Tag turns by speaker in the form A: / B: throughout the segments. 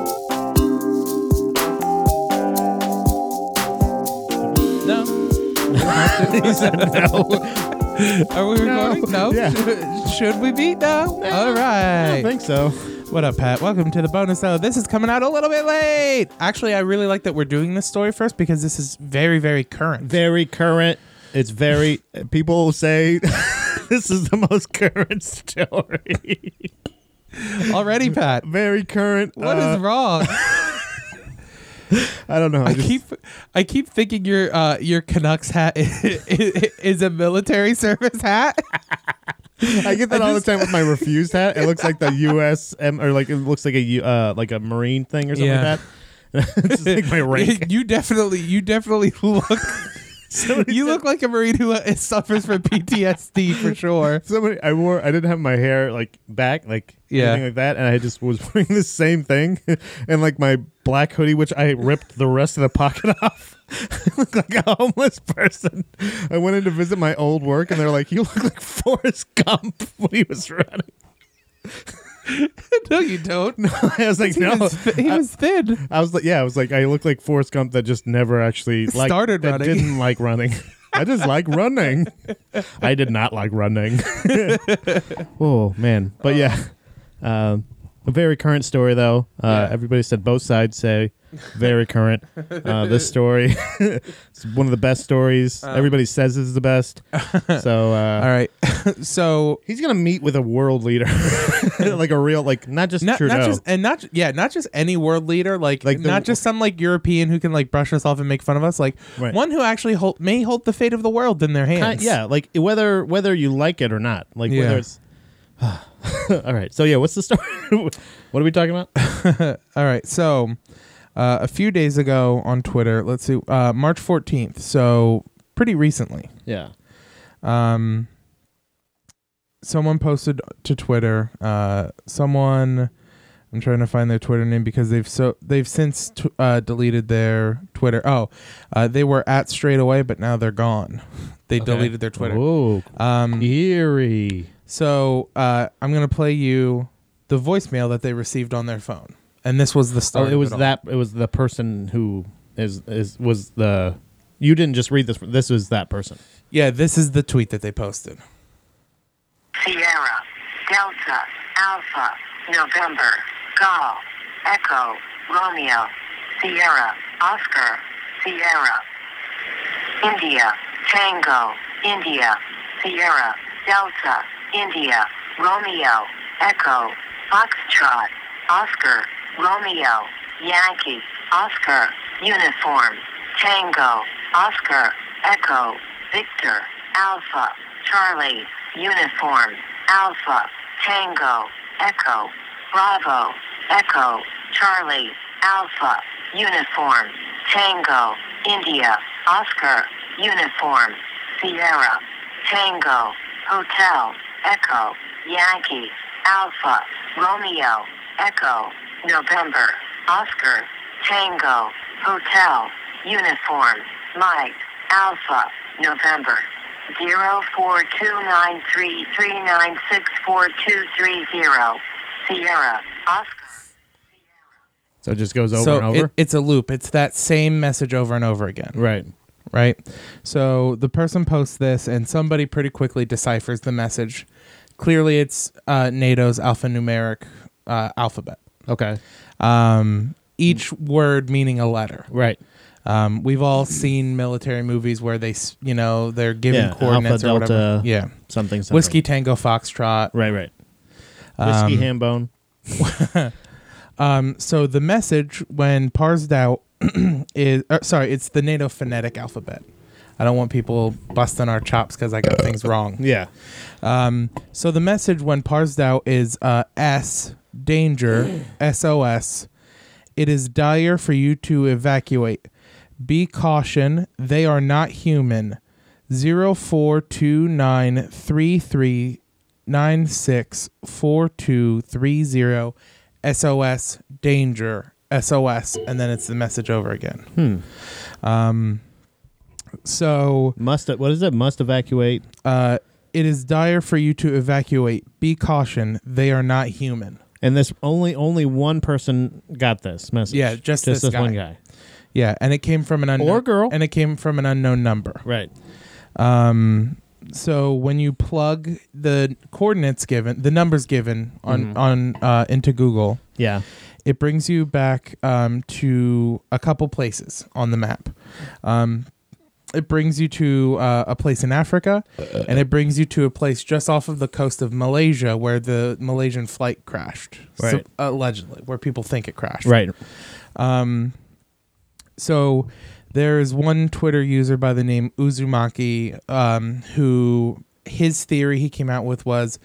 A: he said no.
B: Are we recording? No. Should we be? No. All
A: I
B: right.
A: don't think so.
B: What up, Pat? Welcome to the bonus though. This is coming out a little bit late. Actually, I really like that we're doing this story first because this is very, very current.
A: Very current. It's very. People say this is the most current story.
B: Already, Pat.
A: very current. uh,
B: What is wrong?
A: I don't know.
B: I
A: just-
B: keep, I keep thinking your uh, your Canucks hat is a military service hat.
A: I get that all the time with my refused hat. It looks like the U.S. M, or like it looks like a U- uh, like a Marine thing or something
B: Yeah.
A: like that. it's just like my rank.
B: you definitely, you definitely look.
A: Somebody
B: You
A: said-
B: look like a marine who uh, suffers from PTSD for sure.
A: Somebody, I wore. I didn't have my hair like back, like
B: Yeah.
A: anything like that, and I just was wearing the same thing, and like my black hoodie, which I ripped the rest of the pocket off. I look like a homeless person. I went in to visit my old work, and they're like, "You look like Forrest Gump when he was running."
B: no, you don't.
A: I was like,
B: he,
A: "No."
B: was, thi- he
A: I-
B: was thin.
A: I was like, yeah, I was like, I look like Forrest Gump that just never actually liked,
B: Started
A: that
B: running.
A: Didn't like running. I just like running. I did not like running. oh man, but yeah, um, a very current story though. Uh,
B: Yeah.
A: Everybody said both sides say very current. Uh, this story, it's one of the best stories. everybody says it's the best. So uh,
B: Uh. All right. so
A: he's gonna meet with a world leader, like a real, like not just
B: not,
A: Trudeau.
B: not just and not yeah, not just any world leader like,
A: Like the-
B: not just some like European who can like brush us off and make fun of us like
A: Right.
B: one who actually hold, may hold the fate of the world in their
A: Ki-
B: hands.
A: yeah, like whether whether you like it or not, like
B: Yeah.
A: whether it's. All right, so yeah, what's the story? what are we talking about?
B: All right. So uh, a few days ago on Twitter, let's see, uh, March fourteenth. So pretty recently.
A: Yeah,
B: Um, someone posted to Twitter. Uh, someone, I'm trying to find their Twitter name because they've so they've since t- uh, deleted their Twitter. Oh, uh, they were at straight away, but now they're gone. They deleted their Twitter.
A: Oh,
B: Um,
A: eerie.
B: so uh, I'm gonna play you the voicemail that they received on their phone, and this was the
A: Oh,
B: start.
A: it
B: of
A: was
B: all.
A: that. It was the person who is is was the. You didn't just read this. This was that person.
B: Yeah, this is the tweet that they posted.
C: Sierra, Delta, Alpha, November, Golf, Echo, Romeo, Sierra, Oscar, Sierra, India, Tango, India, Sierra, Delta, India, Romeo, Echo, Foxtrot, Oscar, Romeo, Yankee, Oscar, Uniform, Tango, Oscar, Echo, Victor, Alpha, Charlie, Uniform, Alpha, Tango, Echo, Bravo, Echo, Charlie, Alpha, Uniform, Tango, India, Oscar, Uniform, Sierra, Tango, Hotel, Echo, Yankee, Alpha, Romeo, Echo, November, Oscar, Tango, Hotel, Uniform, Mike, Alpha, November. 042933964230 Sierra, Oscar.
A: So it just goes over
B: so
A: and over.
B: It, it's a loop. It's that same message over and over again.
A: right.
B: right? So the person posts this, and somebody pretty quickly deciphers the message. Clearly, it's uh, NATO's alphanumeric uh, alphabet.
A: Okay.
B: Um, each word meaning a letter.
A: Right.
B: Um, we've all seen military movies where they, s- you know, they're giving
A: Yeah,
B: coordinates
A: Alpha,
B: or
A: Delta,
B: whatever. Yeah,
A: Something. something.
B: whiskey tango foxtrot.
A: Right. Right. Whiskey ham bone.
B: Um, so the message when parsed out is uh, sorry, it's the NATO phonetic alphabet. I don't want people busting our chops because I got things wrong.
A: Yeah.
B: Um, so the message when parsed out is uh, S danger SOS. It is dire for you to evacuate. Be caution. They are not human. Zero four two nine three three nine six four two three zero. SOS danger SOS, and then it's the message over again. Um, so
A: Must. What is it? Must evacuate.
B: uh, it is dire for you to evacuate. Be caution. They are not human.
A: And this only only one person got this message.
B: Yeah, just this
A: this
B: guy.
A: one guy.
B: Yeah, and it came from an unknown
A: Or girl.
B: and it came from an unknown number.
A: Right.
B: Um, so when you plug the coordinates given, the numbers given on
A: Mm-hmm.
B: on uh, into Google,
A: Yeah.
B: it brings you back um, to a couple places on the map. Um, it brings you to uh, a place in Africa, and it brings you to a place just off of the coast of Malaysia where the Malaysian flight crashed,
A: Right.
B: allegedly, where people think it crashed.
A: Right.
B: Um, so there is one Twitter user by the name Uzumaki um, who his theory he came out with was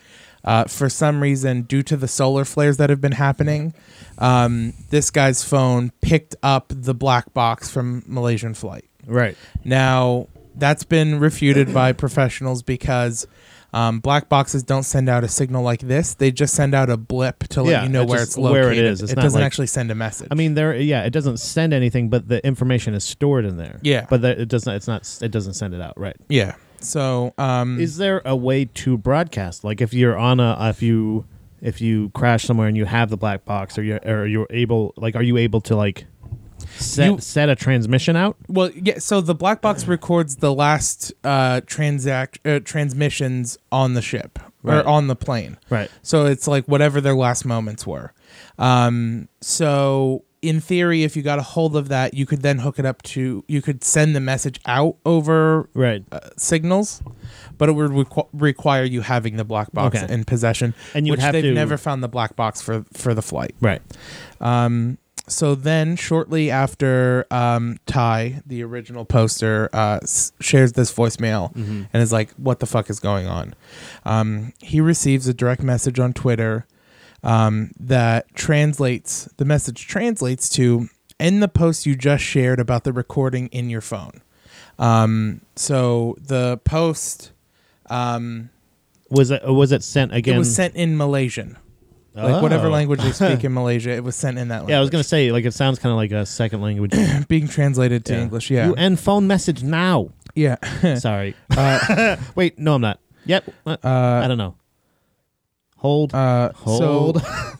B: uh, for some reason, due to the solar flares that have been happening, um, this guy's phone picked up the black box from Malaysian flight.
A: Right.
B: Now, that's been refuted by professionals because um, black boxes don't send out a signal like this. They just send out a blip to let
A: Yeah,
B: you know
A: it
B: where
A: just-
B: it's located.
A: where it is. It's
B: it
A: not
B: doesn't
A: like-
B: actually send a message.
A: I mean, there. Yeah, it doesn't send anything, but the information is stored in there.
B: Yeah.
A: But that it doesn't. It's not. It doesn't send it out. Right.
B: Yeah. So, um,
A: Is there a way to broadcast? Like, if you're on a, if you, if you crash somewhere and you have the black box, or you, are or you're able, like, are you able to like, set
B: You-
A: set a transmission out?
B: well, yeah. So the black box records the last uh, transact uh, transmissions on the ship
A: Right.
B: or on the plane.
A: Right.
B: So it's like whatever their last moments were. Um, so in theory, if you got a hold of that, you could then hook it up to you could send the message out over
A: Right.
B: uh, signals, but it would requ- require you having the black box
A: Okay.
B: in possession.
A: And you'd
B: which
A: have
B: they've
A: to-
B: never found the black box for for the flight.
A: right.
B: Um, so then, shortly after um, Ty, the original poster, uh, s- shares this voicemail
A: Mm-hmm.
B: and is like, "What the fuck is going on?" Um, he receives a direct message on Twitter um, that translates. The message translates to "End the post you just shared about the recording in your phone." Um, so the post um,
A: Was it was it sent
B: it
A: again?
B: was sent in Malaysian, like whatever
A: Oh.
B: language they speak in Malaysia. It was sent in that. language.
A: Yeah, I was gonna say like it sounds kind of like a second language.
B: being translated to English. Yeah,
A: You end phone message now.
B: yeah.
A: Sorry.
B: uh,
A: Wait, no, I'm not. Yep. Uh, I don't know. Hold.
B: uh,
A: Hold.
B: So, so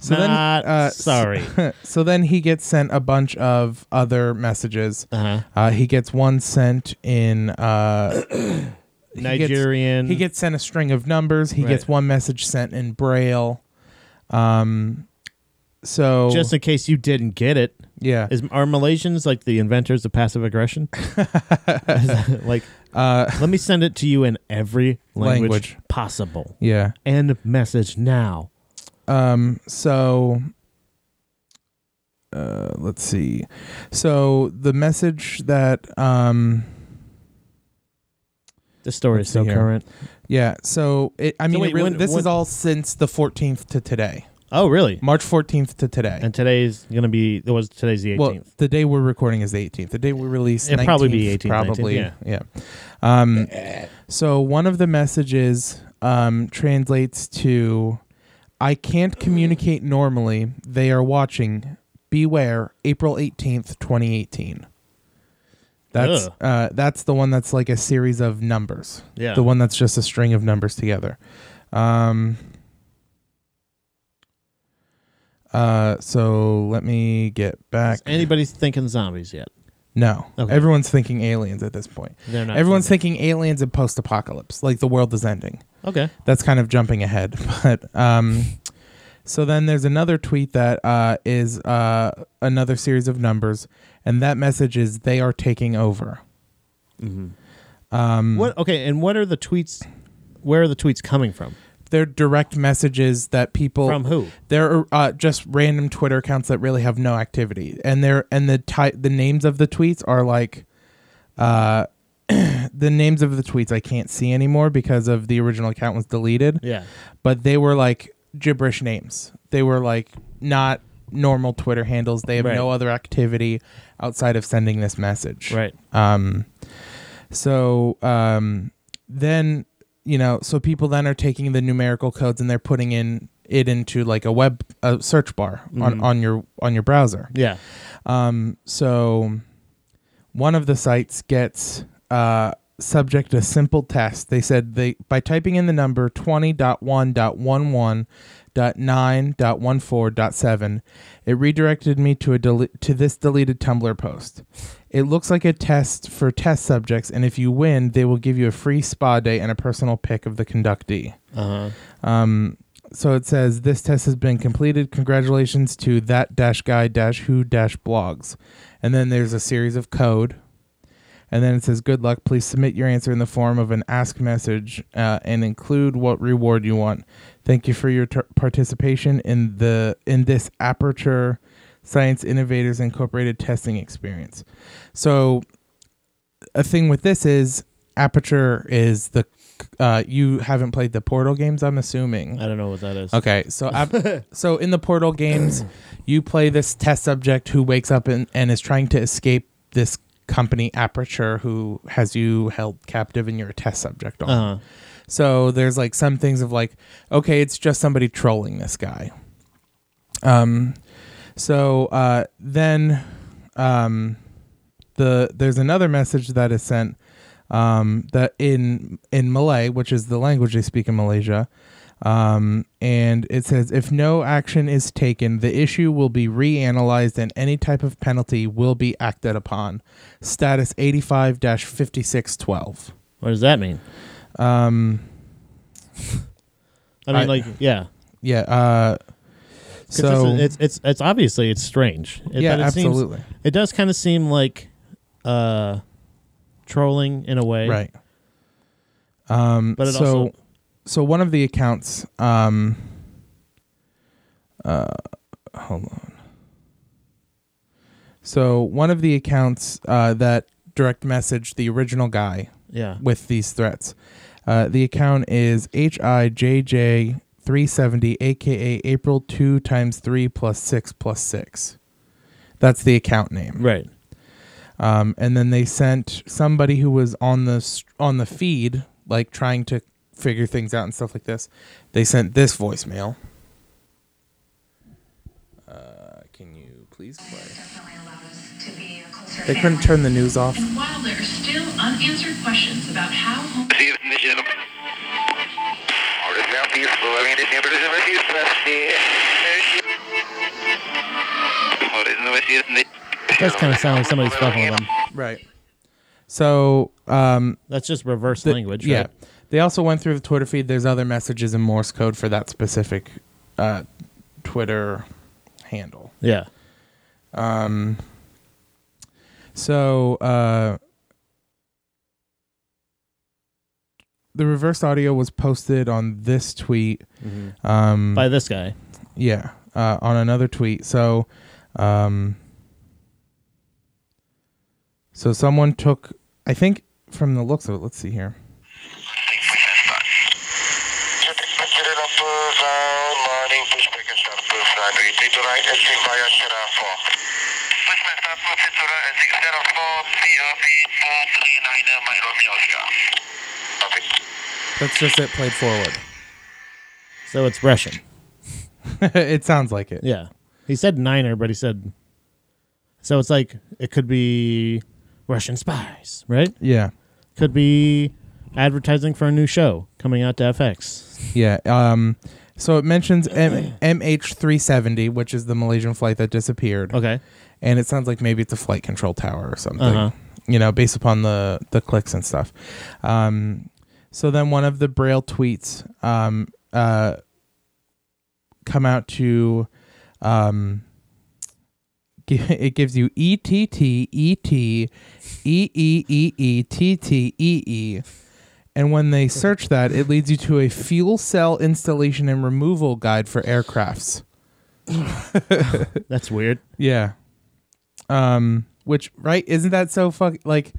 A: so not
B: then, uh, s-
A: sorry.
B: So then he gets sent a bunch of other messages.
A: Uh-huh.
B: Uh, he gets one sent in. Uh, he gets-
A: Nigerian.
B: He gets sent a string of numbers. He gets
A: Right.
B: one message sent in braille. Um, so
A: just in case you didn't get it.
B: yeah.
A: Is are Malaysians like the inventors of passive aggression? Is that, like,
B: Uh,
A: let me send it to you in every language,
B: Language.
A: possible.
B: yeah.
A: End message now.
B: Um, so uh, let's see. So the message that um,
A: The story
B: Let's
A: is so
B: see here.
A: current.
B: yeah, so it, I mean, it
A: wait,
B: really,
A: when-
B: this is
A: when-
B: all since the 14th to today,
A: Oh, really?
B: March 14th to today.
A: And today's gonna be. It was today's the 18th.
B: well, the day we're recording is the 18th. The day we release,
A: It'd probably be
B: 19th,
A: 18th,
B: probably.
A: 19th,
B: yeah. Um, so one of the messages um, translates to, "I can't communicate normally. They are watching. Beware, April 18th, 2018." That's
A: Ugh.
B: uh, that's the one that's like a series of numbers.
A: yeah.
B: The one that's just a string of numbers together. Um, uh, so let me get back.
A: Is anybody thinking zombies yet?
B: No,
A: Okay.
B: everyone's thinking aliens at this point.
A: They're not.
B: Everyone's thinking aliens and post-apocalypse, like the world is ending.
A: Okay.
B: That's kind of jumping ahead, but um, so then there's another tweet that uh, is uh, another series of numbers, and that message is they are taking over. Um,
A: What? Okay. And what are the tweets? Where are the tweets coming from?
B: they're direct messages that people
A: From who?
B: They're uh, just random Twitter accounts that really have no activity, and they're and the ty- the names of the tweets are like, uh, the names of the tweets I can't see anymore because of the original account was deleted.
A: Yeah.
B: But they were like gibberish names. They were like not normal Twitter handles. They have
A: Right.
B: no other activity outside of sending this message.
A: Right.
B: Um, so um, then you know, so people then are taking the numerical codes and they're putting in it into like a web a search bar on, on your on your browser.
A: Yeah.
B: Um, so one of the sites gets uh, subject a simple test. They said they by typing in the number 20.1.11 1.9.14.7, it redirected me to a dele- to this deleted Tumblr post. It looks like a test for test subjects, and if you win, they will give you a free spa day and a personal pic of the conductee.
D: Uh-huh.
B: Um, so it says this test has been completed. Congratulations to that dash guy dash who dash blogs, and then there's a series of code, and then it says good luck. Please submit your answer in the form of an ask message uh, and include what reward you want. Thank you for your ter- participation in the in this Aperture Science Innovators Incorporated testing experience. So a thing with this is Aperture is the uh, you haven't played the Portal games, I'm assuming.
A: I don't know what that is.
B: Okay, so ap- so in the Portal games, you play this test subject who wakes up and, and is trying to escape this company Aperture who has you held captive and you're a test subject on.
A: Uh-huh.
B: So there's like some things of like, okay, it's just somebody trolling this guy. Um, so uh, then, um, the there's another message that is sent, um, that in in Malay, which is the language they speak in Malaysia, um, and it says if no action is taken, the issue will be reanalyzed and any type of penalty will be acted upon. Status eighty five dash fifty six twelve.
A: What does that mean?
B: Um.
A: I mean,
B: I-
A: like, yeah.
B: Yeah. Uh,
A: 'Cause
B: so
A: it's, it's it's it's obviously it's strange. It,
B: yeah,
A: but it Seems,
B: absolutely.
A: it does kind of seem like uh, trolling in a way,
B: right. Um,
A: But it
B: so
A: also-
B: so one of the accounts. Um, uh, hold on. So one of the accounts uh, that direct messaged the original guy
A: Yeah.
B: with these threats. Uh, the account is HIJJ370, aka April 2 times 3 plus 6 plus 6. That's the account name.
A: Right.
B: Um, and then they sent somebody who was on the s- on the feed, like trying to figure things out and stuff like this. They sent this voicemail. Uh, can you please play? They couldn't turn the news off.
E: And while there are still unanswered questions about how home
A: Does kind of sound like somebody's fucking with them.
B: Right. So um,
A: That's just reverse
B: the-
A: language.
B: Yeah.
A: Right?
B: They also went through the Twitter feed. There's other messages in Morse code for that specific uh, Twitter handle.
A: Yeah.
B: Um, So uh, the reversed audio was posted on this tweet. Um,
A: By this guy.
B: yeah, uh, on another tweet. So, um, so someone took, I think, from the looks of it. Let's see here. That's just it played forward.
A: So it's Russian.
B: it sounds like it.
A: Yeah. He said niner, but he said. So it's like it could be Russian spies, right?
B: Yeah.
A: Could be advertising for a new show coming out to FX.
B: Yeah. Um, so it mentions M- MH370, which is the Malaysian flight that disappeared.
A: Okay.
B: And it sounds like maybe it's a flight control tower or something,
A: Uh-huh.
B: you know, based upon the, the clicks and stuff. Um, so then one of the Braille tweets um, uh, come out to. Um, gi- it gives you E T T E T E E E E T T E E. And when they search that, it leads you to a fuel cell installation and removal guide for aircrafts.
A: That's weird.
B: Yeah. Um, which right isn't that so fuck like,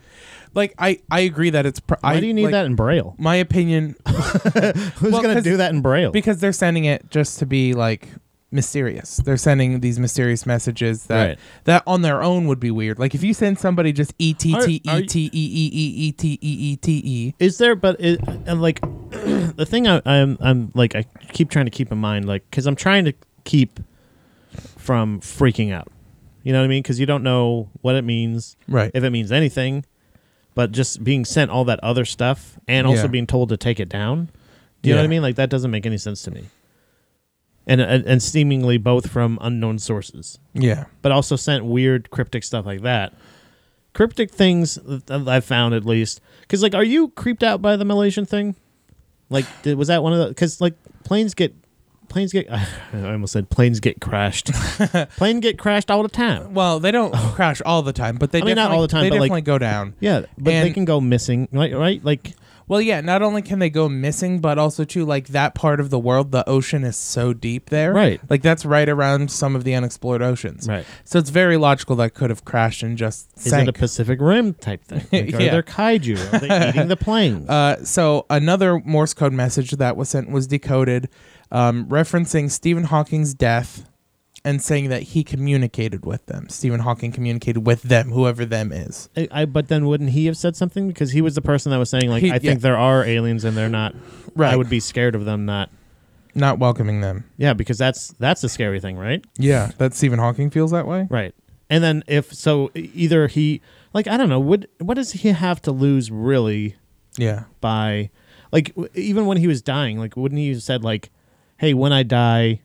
B: like I I agree that it's. Pr-
A: Why
B: I,
A: do you need
B: like,
A: that in Braille?
B: My opinion,
A: Who's
B: Well,
A: going to
B: 'cause-
A: do that in Braille?
B: because they're sending it just to be like mysterious. They're sending these mysterious messages that
A: Right.
B: that on their own would be weird. Like if you send somebody just E T
A: Are-
B: T E
A: are you-
B: T E E E E T E E T E.
A: is there but it, and like the thing I, i'm i'm like i keep trying to keep in mind like because i'm trying to keep from freaking out you know what i mean because you don't know what it means
B: Right.
A: if it means anything but just being sent all that other stuff and also
B: Yeah.
A: being told to take it down do you know
B: Yeah.
A: what i mean like that doesn't make any sense to me and and, and seemingly both from unknown sources
B: Yeah.
A: but also sent weird cryptic stuff like that. Cryptic things that I've found at least, because like, are you creeped out by the Malaysian thing? Like, did, was that one of the? Because like, planes get planes get. I almost said planes get crashed. Plane get crashed all the time.
B: Well, they don't crash all the time, but they
A: I mean, not
B: definitely-
A: all the time,
B: They
A: but, like-
B: definitely go down.
A: Yeah, but they
B: And-
A: can go missing, right? Right? Like,
B: Well, yeah. Not only can they go missing, but also too like that part of the world, the ocean is so deep there.
A: Right.
B: Like that's right around some of the unexplored oceans.
A: Right.
B: So it's very logical that could have crashed and just
A: is it
B: sank.
A: a Pacific Rim type thing? Like, Are
B: Yeah.
A: there kaiju? Are they eating the plane?
B: Uh, so another Morse code message that was sent was decoded, um, referencing Stephen Hawking's death and saying that he communicated with them. Stephen Hawking communicated with them, whoever them is.
A: I, I, but then wouldn't he have said something because he was the person that was saying like
B: He-
A: I think
B: yeah.
A: there are aliens and they're not.
B: Right.
A: I would be scared of them not.
B: Not welcoming them.
A: Yeah, because that's that's the scary thing, right?
B: Yeah, that Stephen Hawking feels that way.
A: Right. And then if so, e- either he like I don't know what what does he have to lose really
B: Yeah.
A: by like w- even when he was dying, like wouldn't he have said like, hey, when I die,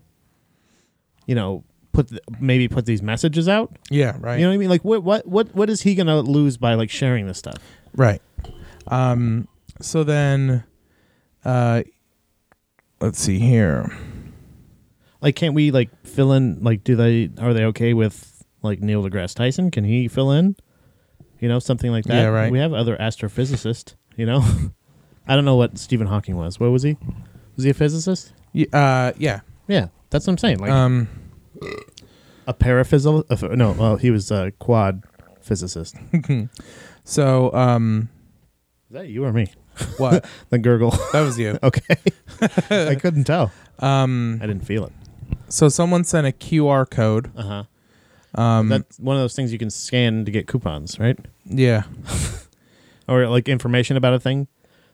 A: you know, put th- maybe put these messages out.
B: Yeah, right.
A: You know what I mean? Like what what what what is he gonna lose by like sharing this stuff?
B: Right. Um so then uh let's see here.
A: Like can't we like fill in like do they are they okay with like Neil deGrasse Tyson? Can he fill in? You know, something like that.
B: Yeah, right.
A: We have other astrophysicists, you know. I don't know what Stephen Hawking was. What was he? Was he a physicist?
B: Y- Uh yeah.
A: Yeah, that's what I'm saying. Like
B: Um
A: a paraphysical uh, no, well, he was a quad physicist. Is
B: so um
A: that you or me?
B: what?
A: The gurgle.
B: that was you.
A: okay. I couldn't tell.
B: Um
A: I didn't feel it.
B: so someone sent a QR code.
A: Uh-huh. Um, that's one of those things you can scan to get coupons, right?
B: Yeah.
A: Or like information about a thing.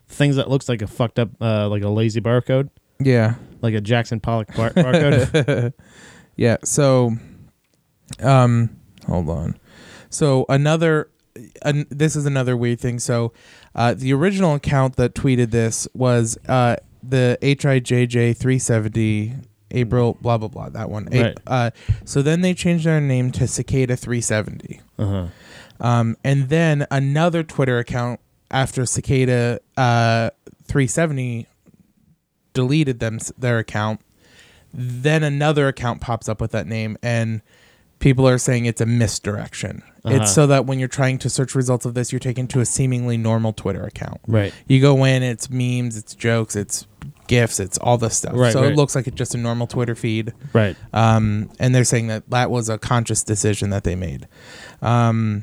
A: Things that looks like a fucked up uh, like a lazy barcode,
B: Yeah.
A: like a Jackson Pollock bar- barcode.
B: Yeah. So um hold on. So another an, this is another weird thing. So uh the original account that tweeted this was uh the HIJJ 370 April blah blah blah that one. A-
A: Mm. Right.
B: uh so then they changed their name to Cicada 370.
A: uh-huh.
B: Um, and then another Twitter account after Cicada uh, 370 deleted them their account. Then another account pops up with that name, and people are saying it's a misdirection.
A: Uh-huh.
B: It's so that when you're trying to search results of this, you're taken to a seemingly normal Twitter account.
A: Right.
B: You go in, it's memes, it's jokes, it's gifs, it's all this stuff.
A: Right,
B: so
A: right.
B: it looks like it's just a normal Twitter feed.
A: Right.
B: Um, and they're saying that that was a conscious decision that they made. Um,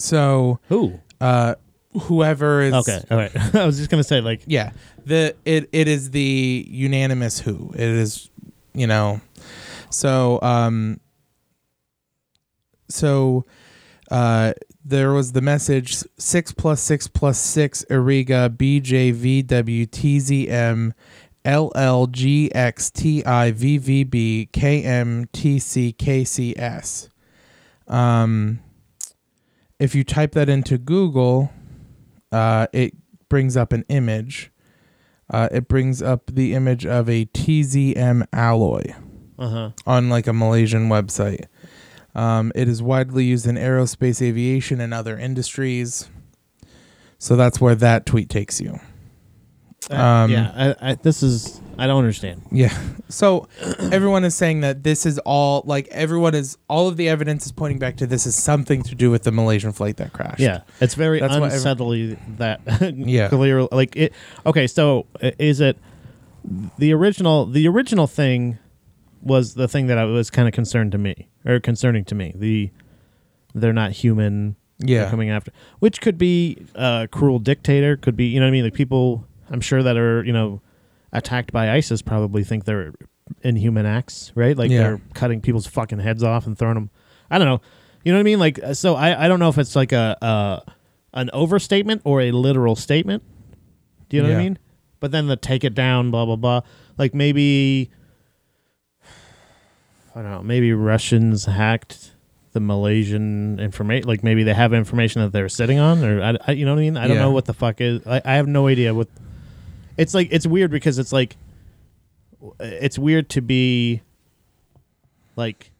B: so
A: Who?
B: uh, whoever is
A: Okay. All right. I was just gonna say like
B: yeah, the it it is the unanimous who it is, you know. So um, so uh, there was the message six plus six plus six Ariga BJVWTZM LLGXTIVVB KMTCKCS. Um, if you type that into Google, uh, it brings up an image. Uh, it brings up the image of a TZM alloy
A: uh huh.
B: on like a Malaysian website. Um, it is widely used in aerospace, aviation, and other industries. So that's where that tweet takes you. Um,
A: yeah. I, I, this is I don't understand.
B: Yeah. So everyone is saying that this is all like everyone is all of the evidence is pointing back to this is something to do with the Malaysian flight that crashed.
A: Yeah, it's very
B: That's what every-
A: unsettling that
B: Yeah.
A: clear like it. Okay, so i- is it the original? The original thing was the thing that I was kind of concerned to me or concerning to me. The they're not human. they're
B: Yeah.
A: coming after, which could be a cruel dictator. Could be you know what I mean. Like people, I'm sure that are you know attacked by ISIS probably think they're inhuman acts, right? Like
B: Yeah.
A: they're cutting people's fucking heads off and throwing them. I don't know. You know what I mean? Like uh, so, I I don't know if it's like a uh, an overstatement or a literal statement. Do you know what I
B: Yeah.
A: mean? But then the take it down, blah blah blah. Like maybe I don't know. Maybe Russians hacked the Malaysian information. Like maybe they have information that they're sitting on, or I, I- you know what I mean. I don't
B: Yeah.
A: know what the fuck is. I, I have no idea what. It's like it's weird because it's like it's weird to be like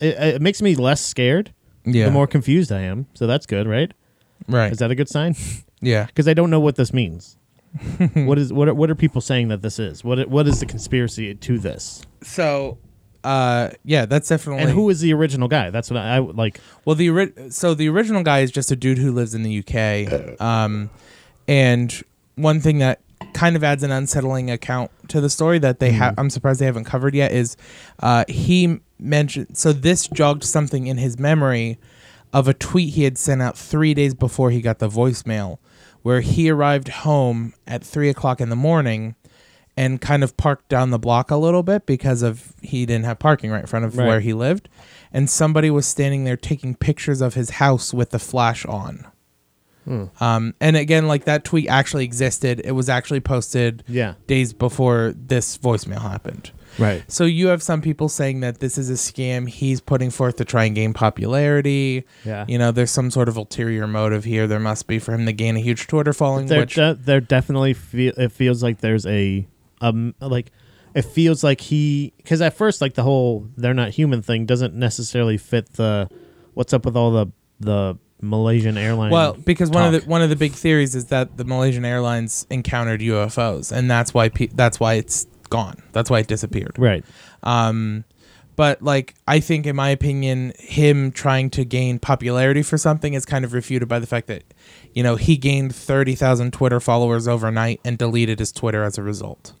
A: it, it makes me less scared
B: Yeah.
A: the more confused I am. So that's good, right?
B: right.
A: Is that a good sign?
B: yeah.
A: Because I don't know what this means. what is what are, what are people saying that this is? What what is the conspiracy to this?
B: So, uh, yeah, that's definitely.
A: And who is the original guy? That's what I, I like.
B: Well, the ori- so the original guy is just a dude who lives in the UK. Um, and one thing that kind of adds an unsettling account to the story that they have, I'm surprised they haven't covered yet, is uh, he mentioned. So this jogged something in his memory of a tweet he had sent out three days before he got the voicemail, where he arrived home at three o'clock in the morning. And kind of parked down the block a little bit because of he didn't have parking right in front of
A: Right.
B: where he he lived, and somebody was standing there taking pictures of his house with the flash on.
A: Hmm.
B: Um, and again, like that tweet actually existed. It was actually posted
A: Yeah.
B: days before this voicemail happened.
A: Right.
B: So you have some people saying that this is a scam he's putting forth to try and gain popularity.
A: Yeah.
B: You know, there's some sort of ulterior motive here. There must be for him to gain a huge Twitter following,
A: There,
B: which
A: de- there definitely feel it feels like there's a um like it feels like he because at first like the whole they're not human thing doesn't necessarily fit the what's up with all the the Malaysian airline.
B: Well, because one of
A: talk.
B: the one of the big theories is that the Malaysian Airlines encountered UFOs, and that's why pe- that's why it's gone. That's why it disappeared.
A: right.
B: Um, but like I think, in my opinion, him trying to gain popularity for something is kind of refuted by the fact that you know he gained thirty thousand Twitter followers overnight and deleted his Twitter as a result.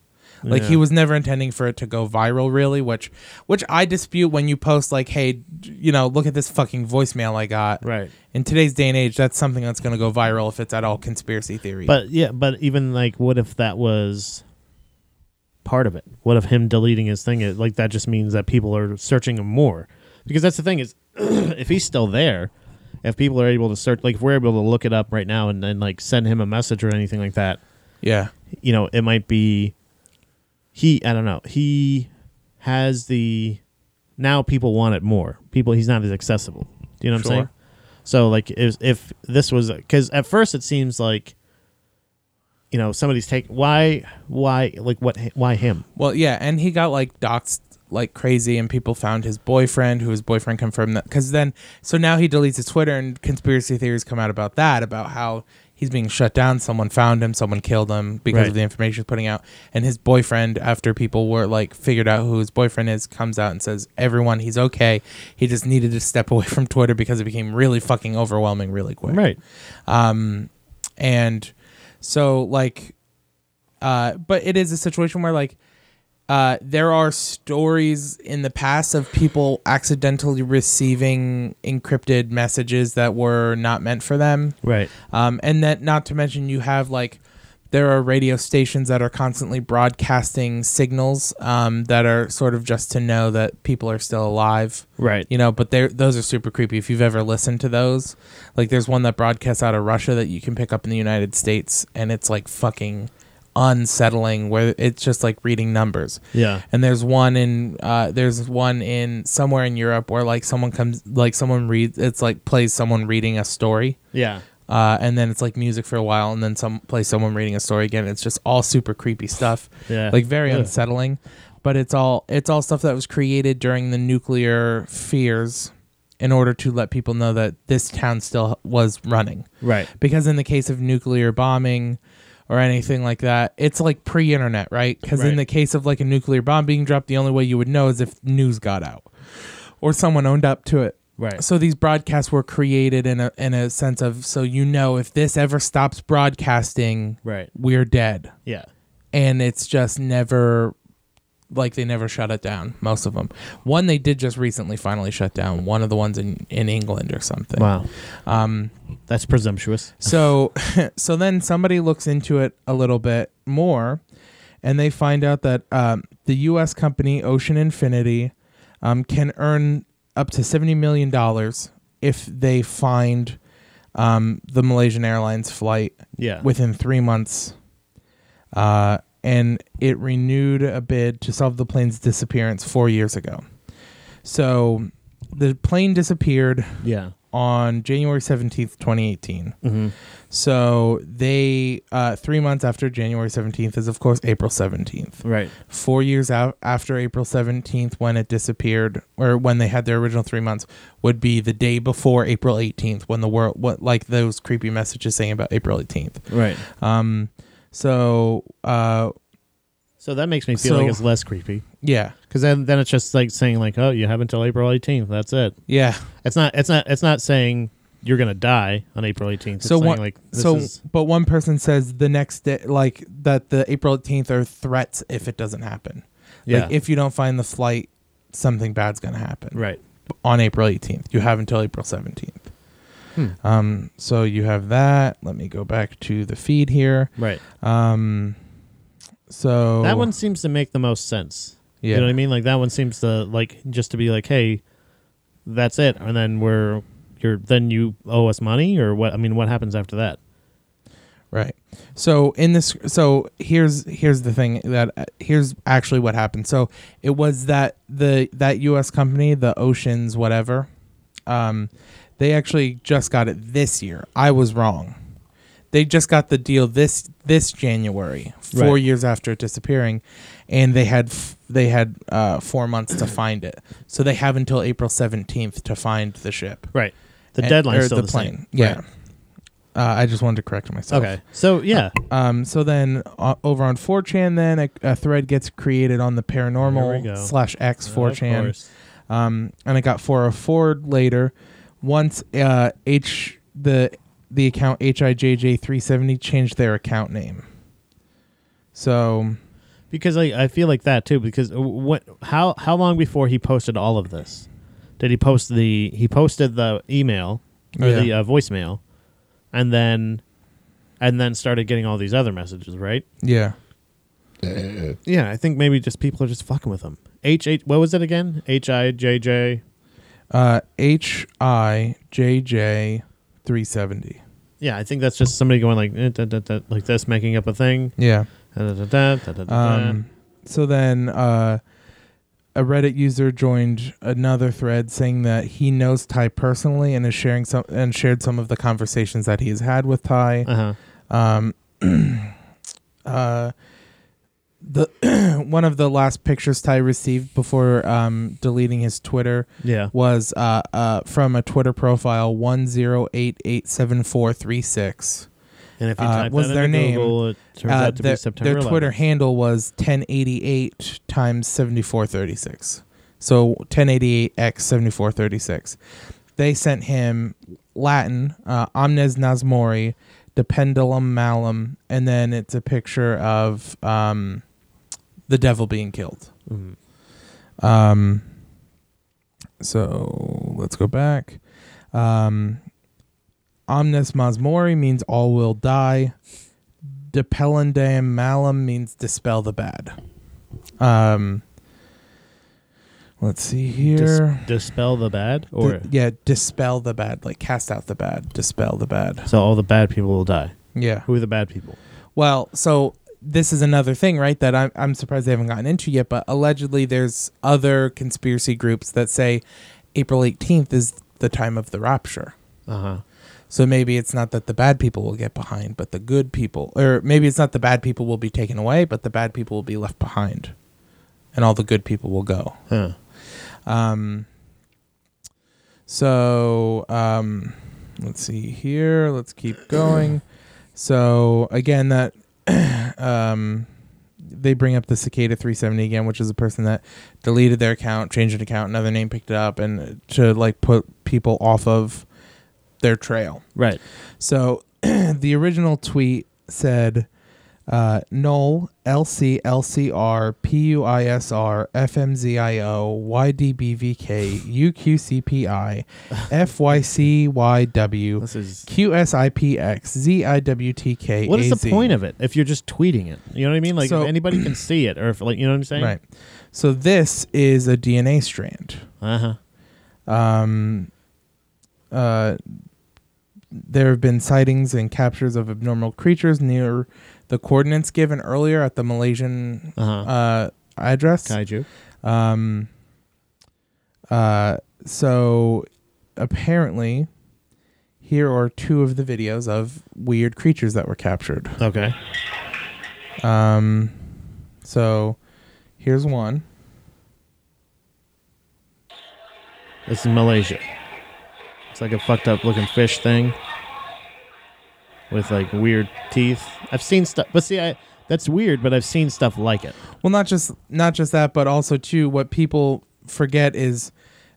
B: Like he
A: Yeah.
B: was never intending for it to go viral, really, which which I dispute when you post like, "Hey, d- you know, look at this fucking voicemail I got."
A: Right.
B: In today's day and age, that's something that's going to go viral if it's at all conspiracy theory.
A: But yeah, but even like, what if that was part of it? What if him deleting his thing? It, like that just means that people are searching him more, because that's the thing is, if he's still there, if people are able to search, like if we're able to look it up right now and then like send him a message or anything like that,
B: yeah,
A: you know, it might be he. I don't know. He has the now people want it more. People, he's not as accessible. Do you know what
B: Sure.
A: I'm saying? So like, if, if this was because at first it seems like you know somebody's taking why why like what why him
B: Well, yeah, and he got like doxxed like crazy, and people found his boyfriend, who his boyfriend confirmed that. Because then, so now he deletes his Twitter, and conspiracy theories come out about that, about how he's being shut down. Someone found him, someone killed him because
A: Right.
B: of the information he's putting out. And his boyfriend, after people were like figured out who his boyfriend is, comes out and says, "Everyone, he's okay. He just needed to step away from Twitter because it became really fucking overwhelming really quick."
A: right
B: um and so like uh but it is a situation where like uh there are stories in the past of people accidentally receiving encrypted messages that were not meant for them
A: right
B: um, and that, not to mention, you have like there are radio stations that are constantly broadcasting signals um, that are sort of just to know that people are still alive.
A: Right.
B: You know, but they're those are super creepy. If you've ever listened to those, like there's one that broadcasts out of Russia that you can pick up in the United States, and it's like fucking unsettling where it's just like reading numbers
A: Yeah.
B: and there's one in uh there's one in somewhere in europe where like someone comes like someone reads it's like plays someone reading a story
A: yeah
B: uh, and then it's like music for a while, and then some play someone reading a story again. It's just all super creepy stuff,
A: Yeah.
B: like very
A: Ugh.
B: unsettling. But it's all it's all stuff that was created during the nuclear fears in order to let people know that this town still was running.
A: right
B: Because in the case of nuclear bombing or anything like that, it's like pre-internet, right? Because in
A: Right.
B: the case of like a nuclear bomb being dropped, the only way you would know is if news got out or someone owned up to it.
A: Right.
B: So these broadcasts were created in a in a sense of so you know if this ever stops broadcasting,
A: Right.
B: we're dead.
A: yeah
B: And it's just never like they never shut it down. Most of them. One they did just recently finally shut down. One of the ones in in England or something.
A: wow
B: Um.
A: that's presumptuous
B: So so then somebody looks into it a little bit more, and they find out that um, the U.S. company Ocean Infinity um, can earn up to seventy million dollars if they find um, the Malaysian Airlines flight
A: yeah
B: within three months. Uh, and it renewed a bid to solve the plane's disappearance four years ago. So the plane disappeared
A: yeah
B: on January 17th, 2018. So they, uh, three months after January 17th is, of course, April 17th.
A: Right.
B: Four years out after April 17th, when it disappeared, or when they had their original three months, would be the day before April 18th, when the world, what like those creepy messages saying about April 18th.
A: Right.
B: Um, so, uh,
A: So that makes me feel like
B: So-
A: it's less creepy.
B: yeah,
A: Because then, then it's just like saying like, oh, you have until April eighteenth. That's it.
B: yeah.
A: It's not. It's not. It's not saying you're gonna die on April eighteenth.
B: so
A: saying,
B: one,
A: like this
B: so
A: is-
B: but one person says the next day like that the april 18th are threats if it doesn't happen
A: Yeah.
B: like if you don't find the flight something bad's gonna happen
A: right.
B: on april 18th you have until april 17th
A: Hmm.
B: um so you have that let me go back to the feed here
A: Right.
B: um so
A: That one seems to make the most sense.
B: Oh. Yeah.
A: You know what I mean? Like that one seems to like just to be like, hey, that's it, and then we're you're then you owe us money or what? I mean, what happens after that?
B: Right. So in this, so here's here's the thing that uh, here's actually what happened. So it was that the that U.S. company, the Oceans, whatever, um, they actually just got it this year. I was wrong. They just got the deal this this January, four
A: Right.
B: years after it disappearing, and they had f- they had uh, four months to find it. So they have until April seventeenth to find the ship.
A: Right. The
B: And-
A: deadline
B: or
A: deadline's still the,
B: plane.
A: Same.
B: Yeah.
A: Right.
B: Uh, I just wanted to correct myself.
A: Okay. So yeah.
B: Um, so then uh, over on 4chan, then a, a thread gets created on the
A: There we go.
B: paranormal slash X 4chan. Um, and it got 404 later. Once uh, H the the account HIJJ370 changed their account name. So
A: Because I, I feel like that too. Because what how how long before he posted all of this? Did he post the he posted the email or
B: Yeah.
A: the uh, voicemail, and then and then started getting all these other messages, right?
B: yeah,
A: Yeah, I think maybe just people are just fucking with him. H H what was it again? H I J J.
B: uh, HIJJ370.
A: Yeah, I think that's just somebody going like eh, da, da, da, like this, making up a thing.
B: Yeah.
A: Da, da, da, da, da, da, da.
B: Um, so then uh, a Reddit user joined another thread saying that he knows Ty personally and is sharing some and shared some of the conversations that he's had with Ty.
A: uh-huh.
B: Um, uh, the one of the last pictures Ty received before um, deleting his Twitter
A: Yeah.
B: was uh, uh, from a Twitter profile one zero eight eight seven four three six.
A: And if you
B: uh,
A: type
B: was
A: that
B: their
A: into
B: name,
A: Google, it turns
B: Uh,
A: out to
B: their,
A: be September
B: their Twitter
A: 11th.
B: handle was 1088 times 7436. So 1088x 7436. They sent him Latin, uh, omnes nasmori, dependulum malum, and then it's a picture of um, the devil being killed.
A: Mm-hmm.
B: Um, so let's go back. Um, omnes masmori means all will die. Depellendam malum means dispel the bad. Um, let's see
A: Dis-
B: here.
A: dispel the bad or
B: Di- yeah, dispel the bad, like cast out the bad, dispel the bad.
A: so all the bad people will die.
B: Yeah.
A: Who are the bad people?
B: Well, so this is another thing, right? That I'm, I'm surprised they haven't gotten into yet, but allegedly there's other conspiracy groups that say April 18th is the time of the rapture.
A: Uh huh.
B: So maybe it's not that the bad people will get behind, but the good people, or maybe it's not the bad people will be taken away, but the bad people will be left behind and all the good people will go.
A: Huh.
B: Um, so um, let's see here. Let's keep going. So again, that um, they bring up the Cicada 370 again, which is a person that deleted their account, changed an account, another name picked it up, and to like put people off of their trail.
A: Right.
B: So the original tweet said uh, null LCLCR PUISR FMZIO YDBVK UQCPI FYCYW
A: This is
B: QSIPX ZIWTK
A: what is
B: AZ.
A: the point of it if you're just tweeting it? You know what I mean? Like
B: So-
A: if anybody can see it, or if like you know what I'm saying?
B: Right. So this is a DNA strand.
A: Uh huh.
B: Um, uh, there have been sightings and captures of abnormal creatures near the coordinates given earlier at the Malaysian
A: Uh-huh.
B: uh, address.
A: Kaiju.
B: Um, uh, so apparently, Here are two of the videos of weird creatures that were captured.
A: Okay.
B: Um, so here's one.
A: This is Malaysia. It's like a fucked up looking fish thing with like weird teeth. I've seen stuff, but see, I that's weird, but I've seen stuff like it.
B: Well, not just not just that, but also too what people forget is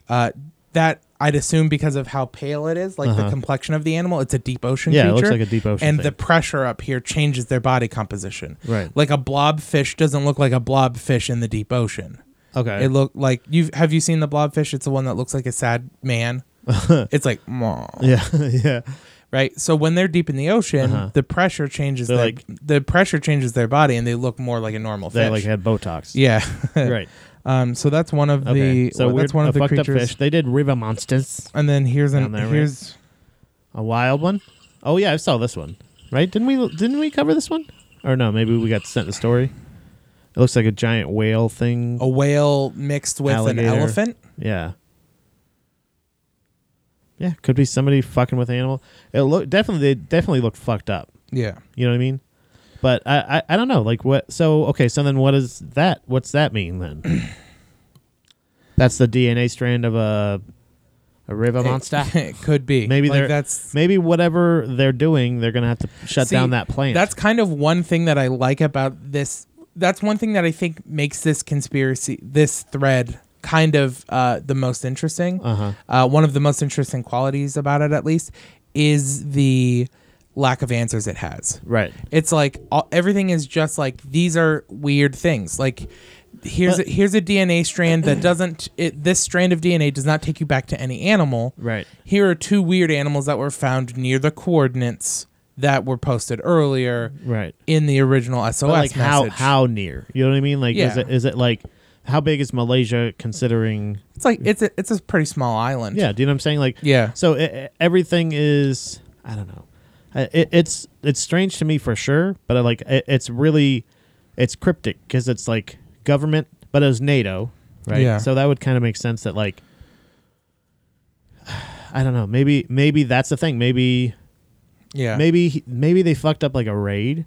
B: uh, that I'd assume because of how pale it is, like the complexion of the animal, it's a deep ocean
A: Uh-huh. Yeah, it
B: creature.
A: looks like a deep ocean
B: And
A: thing.
B: the pressure up here changes their body composition.
A: Right.
B: Like a blobfish doesn't look like a blobfish in the deep ocean.
A: Okay.
B: It look like you have you seen the blobfish? It's the one that looks like a sad man. it's like "Maw."
A: yeah, yeah.
B: right. So when they're deep in the ocean, the pressure changes.
A: Uh-huh. They're
B: their,
A: like-
B: the pressure changes their body, and they look more like a normal
A: They
B: fish.
A: like had Botox.
B: yeah,
A: Right.
B: Um, so that's one of
A: Okay.
B: the well,
A: weird-
B: that's one
A: a
B: of the
A: fucked
B: creatures.
A: up fish. They did river monsters.
B: And then here's an
A: Down there, right?
B: here's
A: A wild one. Oh yeah, I saw this one. Right? Didn't we? Didn't we cover this one? Or no? Maybe we got sent the story. It looks like a giant whale thing.
B: a whale mixed Oh, with
A: Alligator.
B: an elephant.
A: Yeah. Yeah, could be somebody fucking with an animal. It look definitely they definitely look fucked up.
B: Yeah.
A: You know what I mean? But I, I I don't know like what so okay so then what is that what's that mean then? That's the DNA strand of a a river monster.
B: It, could be.
A: Maybe
B: like
A: they're
B: that's
A: maybe whatever they're doing they're gonna have to shut
B: See,
A: down that plant.
B: That's kind of one thing that I like about this. That's one thing that I think makes this conspiracy, this thread, kind of uh, the most interesting.
A: Uh-huh.
B: Uh, one of the most interesting qualities about it, at least, is the lack of answers it has.
A: right.
B: It's like all, everything is just like these are weird things. Like here's a, here's a DNA strand that doesn't it, this strand of DNA does not take you back to any animal.
A: Right.
B: Here are two weird animals that were found near the coordinates that were posted earlier
A: Right.
B: in the original SOS
A: But like
B: message.
A: how how near? You know what I mean? Like is
B: Yeah.
A: it is it like how big is Malaysia considering
B: it's like it's a, it's a pretty small island.
A: Yeah, do you know what I'm saying? Like,
B: Yeah.
A: So i i- everything is, I don't know. I- It, it's it's strange to me for sure, but I like it, it's really, it's cryptic because it's like government, but it was NATO, right?
B: Yeah.
A: So that would kind of make sense that like, I don't know. Maybe maybe that's the thing. Maybe
B: Yeah.
A: maybe he- maybe they fucked up like a raid.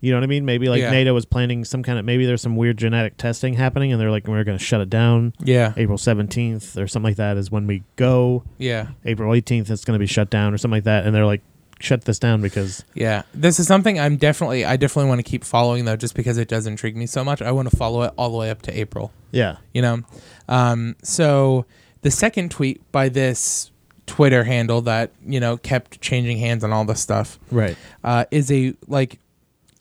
A: You know what I mean? Maybe like
B: Yeah.
A: NATO was planning some kind of maybe there's some weird genetic testing happening, and they're like we're going to shut it down.
B: Yeah.
A: April 17th or something like that is when we go.
B: Yeah.
A: April 18th it's going to be shut down or something like that and they're like shut this down because
B: Yeah. This is something I'm definitely I definitely want to keep following though just because it does intrigue me so much. I want to follow it all the way up to April.
A: yeah.
B: you know um, so the second tweet by this twitter handle that you know kept changing hands on all this stuff
A: Right.
B: uh, is a like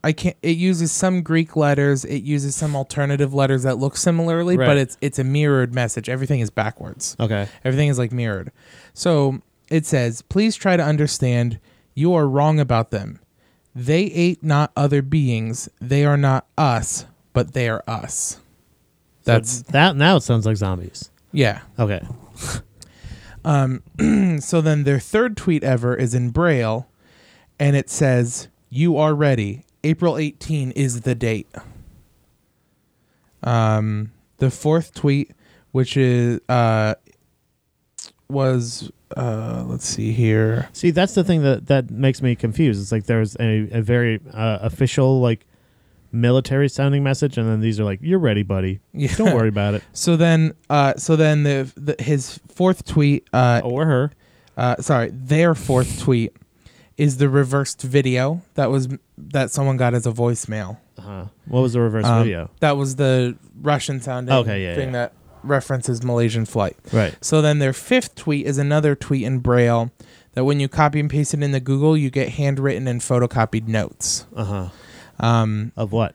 B: i can't it uses some greek letters it uses some alternative letters that look similarly
A: Right. Oh.
B: but it's it's a mirrored message everything is backwards
A: Okay.
B: Everything is like mirrored. So it says, please try to understand. You are wrong about them. They ate not other beings. They are not us, but they are us. That's,
A: that now it sounds like zombies.
B: yeah.
A: Okay.
B: So then their third tweet ever is in Braille, and it says, "You are ready. April 18 is the date." Um, the fourth tweet, which is uh, was uh, let's see here.
A: See, that's the thing that that makes me confused. It's like there's a, a very uh, official like military sounding message and then these are like you're ready, buddy.
B: Yeah.
A: Don't worry about it.
B: So then, uh, so then the, the his fourth tweet, uh,
A: Oh, Or her.
B: uh, sorry, their fourth tweet is the reversed video that was that someone got as a voicemail.
A: Uh, what was the reverse
B: Um,
A: video?
B: That was the Russian sounding
A: Okay, yeah,
B: thing
A: yeah.
B: that references Malaysian flight.
A: Right.
B: So then their fifth tweet is another tweet in Braille that when you copy and paste it into Google, you get handwritten and photocopied notes.
A: Uh-huh.
B: Um,
A: Of what?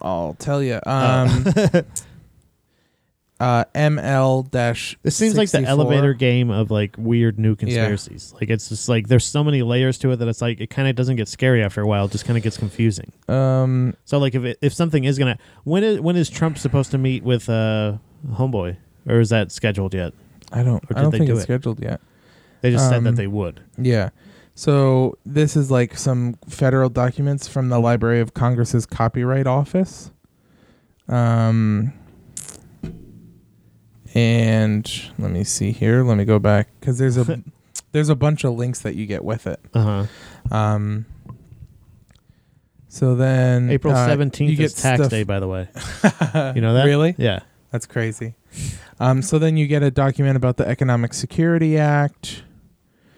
B: I'll tell you.
A: Oh.
B: Um, uh, ML dash.
A: This seems like the elevator game of like weird new conspiracies. Like it's just like there's so many layers to it that it's like it kind of doesn't get scary after a while. It just kind of gets confusing.
B: Um,
A: So like if it, if something is gonna when is when is Trump supposed to meet with uh homeboy or is that scheduled yet?
B: I don't. I
A: Or did
B: don't
A: they
B: think
A: do
B: it's
A: it?
B: scheduled yet.
A: They just said
B: Um,
A: that they would.
B: Yeah. So this is like some federal documents from the Library of Congress's Copyright Office. Um, And let me see here. Let me go back because there's a there's a bunch of links that you get with it.
A: Uh huh.
B: Um. So then
A: April
B: uh,
A: seventeenth
B: you
A: is
B: get
A: tax
B: stuff-
A: day, by the way. You know that?
B: Really?
A: Yeah.
B: That's crazy. Um. So then you get a document about the Economic Security Act.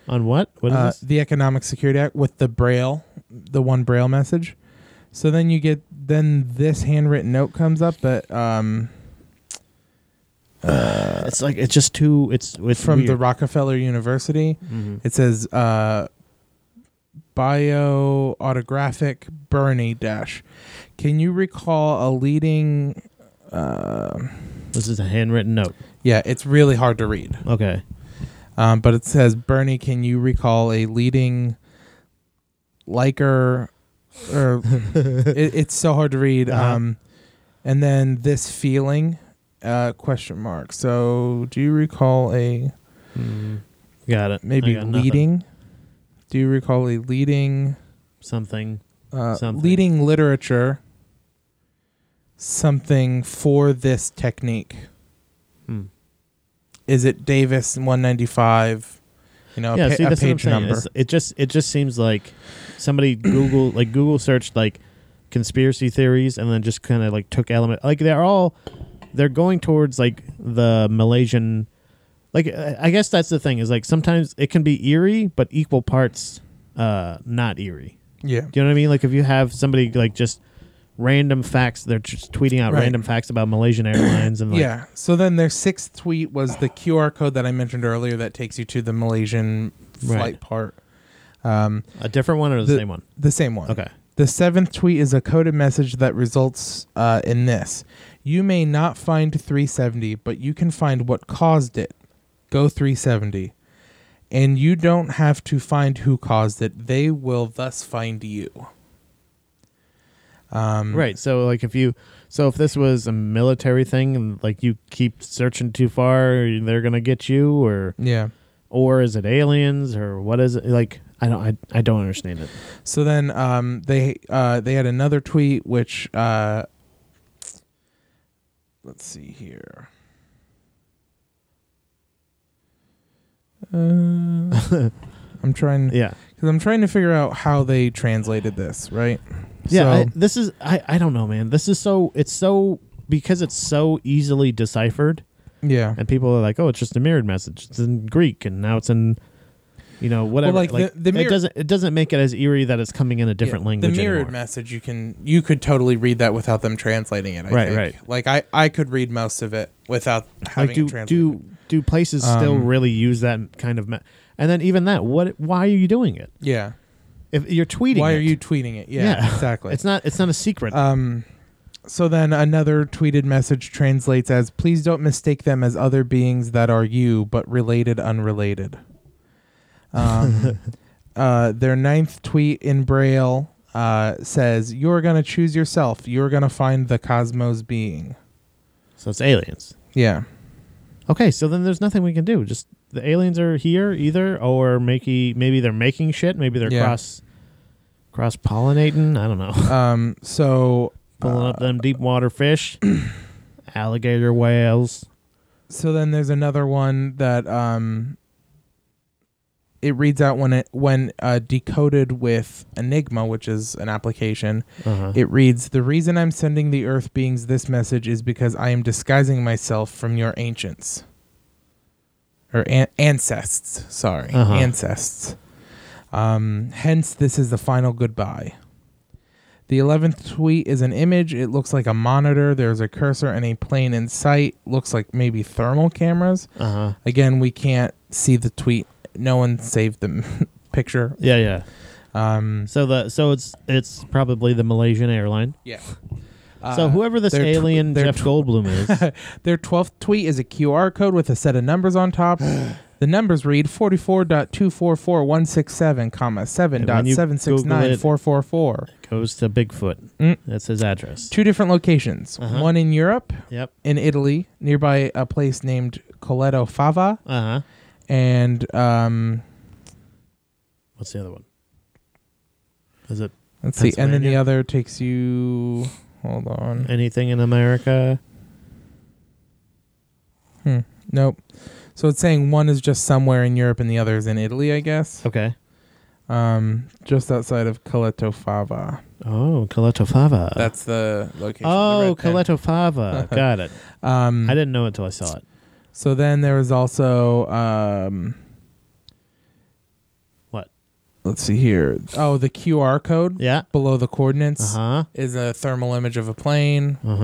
A: On what? What is
B: uh,
A: this?
B: the Economic Security Act with the Braille, the one Braille message. So then you get then this handwritten note comes up, but um,
A: It's like it's just too. It's it's
B: uh, from the
A: weird.
B: Rockefeller University,
A: Mhm.
B: it says uh, bio autographic Bernie dash. Can you recall a leading? Uh,
A: This is a handwritten note.
B: yeah, it's really hard to read.
A: Okay.
B: Um, but it says, Bernie, can you recall a leading liker? Or it, it's so hard to read.
A: Uh-huh.
B: Um, and then this feeling, uh, question mark. So, do you recall a
A: Got it. I
B: maybe
A: got nothing.
B: leading? Do you recall a leading,
A: something.
B: uh,
A: Something.
B: leading literature? Something for this technique.
A: Hmm.
B: Is it Davis one ninety five? You know, a,
A: yeah,
B: pa-
A: see,
B: a
A: that's
B: page
A: what I'm
B: number.
A: saying. It's- It just it just seems like somebody Google like Google searched like conspiracy theories and then just kind of like took element like they're all they're going towards like the Malaysian like I I guess that's the thing is like sometimes it can be eerie but equal parts uh not eerie.
B: Yeah.
A: Do you know what I mean? Like if you have somebody like just random facts they're just tweeting out
B: Right.
A: random facts about Malaysian Airlines and like
B: yeah. So then their sixth tweet was the QR code that I mentioned earlier that takes you to the Malaysian flight
A: Right.
B: part. Um,
A: a different one or the, same one.
B: The same one.
A: Okay.
B: The seventh tweet is a coded message that results uh, in this. You may not find 370, but you can find what caused it. Go 370. And you don't have to find who caused it. They will thus find you. Mm-hmm.
A: Right. So like if you so if this was a military thing and like you keep searching too far, they're gonna get you or
B: Yeah.
A: or is it aliens or what is it like I don't I, I don't understand it.
B: So then um, they uh, they had another tweet which uh, let's see here. Uh, I'm trying
A: Yeah.
B: because I'm trying to figure out how they translated this, right?
A: Yeah. I-
B: So-
A: this is I, I don't know, man. This is so it's so because it's so easily deciphered
B: yeah.
A: and people are like, Oh, it's just a mirrored message. It's in Greek and now it's in you know, whatever.
B: like, the- the
A: it
B: mirror-
A: doesn't it doesn't make it as eerie that it's coming in a different
B: Yeah.
A: language.
B: The mirrored
A: anymore.
B: message, you can you could totally read that without them translating it. I
A: Right,
B: think.
A: right.
B: Like I I could read most of it without having
A: like do
B: it translated.
A: do do places still
B: Um,
A: really use that kind of me- and then even that what why are you doing it
B: yeah.
A: if you're tweeting
B: Why
A: it,
B: are you tweeting it? Yeah, exactly.
A: it's not it's not a secret
B: Um, so then another tweeted message translates as please don't mistake them as other beings that are you, but related, unrelated. Um, uh, their ninth tweet in Braille uh, says, You're going to choose yourself. You're going to find the cosmos being.
A: so it's aliens
B: Yeah.
A: okay so then there's nothing we can do just the aliens are here either or maybe maybe they're making shit maybe they're
B: Yeah.
A: cross cross pollinating i don't know
B: Um, so.
A: pulling up them deep water fish alligator whales
B: so then there's another one that um it reads out when it when uh, decoded with Enigma, which is an application.
A: Uh-huh.
B: It reads, "The reason I'm sending the Earth beings this message is because I am disguising myself from your ancients or an- ancests. Sorry,
A: Uh-huh.
B: ancests. Um, hence, this is the final goodbye." The 11th tweet is an image. It looks like a monitor. There's a cursor and a plane in sight. Looks like maybe thermal cameras.
A: uh-huh
B: Again, we can't see the tweet. No one saved the picture.
A: yeah yeah
B: Um,
A: so the so it's it's probably the malaysian airline
B: yeah.
A: So whoever this
B: Uh, they're tw-
A: alien
B: they're
A: Jeff
B: tw-
A: Goldblum is,
B: Their 12th tweet is a QR code with a set of numbers on top. the numbers read 44.244167, comma
A: when you Google
B: 7.769444.
A: goes to Bigfoot.
B: Mm.
A: That's his address.
B: Two different locations.
A: Uh-huh.
B: One in Europe,
A: Yep.
B: in Italy, nearby a place named Coletto Fava,
A: Uh huh.
B: and um,
A: What's the other one? Is it
B: let's see, and then the
A: Pennsylvania?
B: other takes you. Hold on.
A: anything in America?
B: Nope. So it's saying one is just somewhere in Europe and the other is in Italy, I guess.
A: Okay.
B: Um, just outside of Coletto Fava.
A: Oh, Coletto Fava.
B: That's the location. of the
A: oh,
B: red pen.
A: Coletto Fava. Got it.
B: Um,
A: I didn't know until I saw it.
B: So then there was also um,
A: What?
B: let's see here. Oh, the QR code
A: Yeah.
B: below the coordinates
A: Uh
B: is a thermal image of a plane.
A: huh. Uh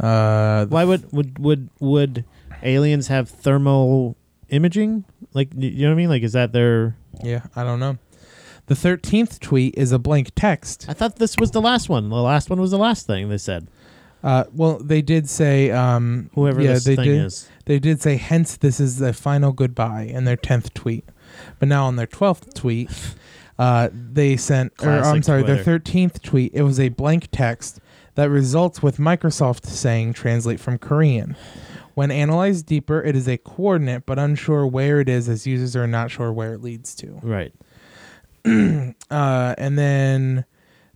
A: huh.
B: Uh,
A: Why would would would would aliens have thermal imaging? Like y- you know what I mean? Like is that their?
B: yeah, I don't know. The thirteenth tweet is a blank text.
A: I thought this was the last one. The last one was the last thing they said.
B: Uh, well, they did say um,
A: Whoever
B: yeah,
A: this
B: they
A: thing
B: did,
A: is.
B: They did say, hence, this is the final goodbye in their 10th tweet. But now on their 12th tweet, uh, they sent, or I'm
A: Classic
B: sorry, their
A: Twitter.
B: 13th tweet, it was a blank text that results with Microsoft saying translate from Korean. When analyzed deeper, it is a coordinate, but unsure where it is as users are not sure where it leads to.
A: Right.
B: Uh, and then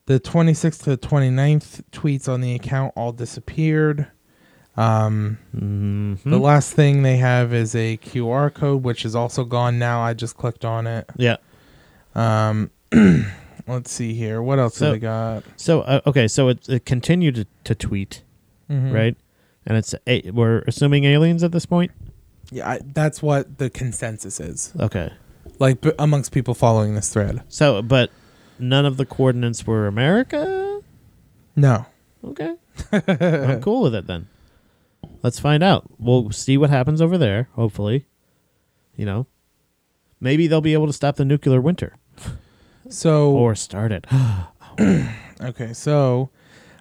B: the 26th to the 29th tweets on the account all disappeared. Um,
A: hmm
B: the last thing they have is a QR code, which is also gone now. I just clicked on it.
A: Yeah.
B: Um, let's see here. What else
A: So-
B: have they got?
A: So uh, okay. So it, it continued to, to tweet,
B: Mhm.
A: right? And it's a, we're assuming aliens at this point.
B: Yeah, I, that's what the consensus is,
A: Okay.
B: like b- amongst people following this thread.
A: So, but none of the coordinates were America.
B: No,
A: Okay. I'm cool with it then. Let's find out. We'll see what happens over there, hopefully. You know, maybe they'll be able to stop the nuclear winter
B: so
A: or start it.
B: Okay, so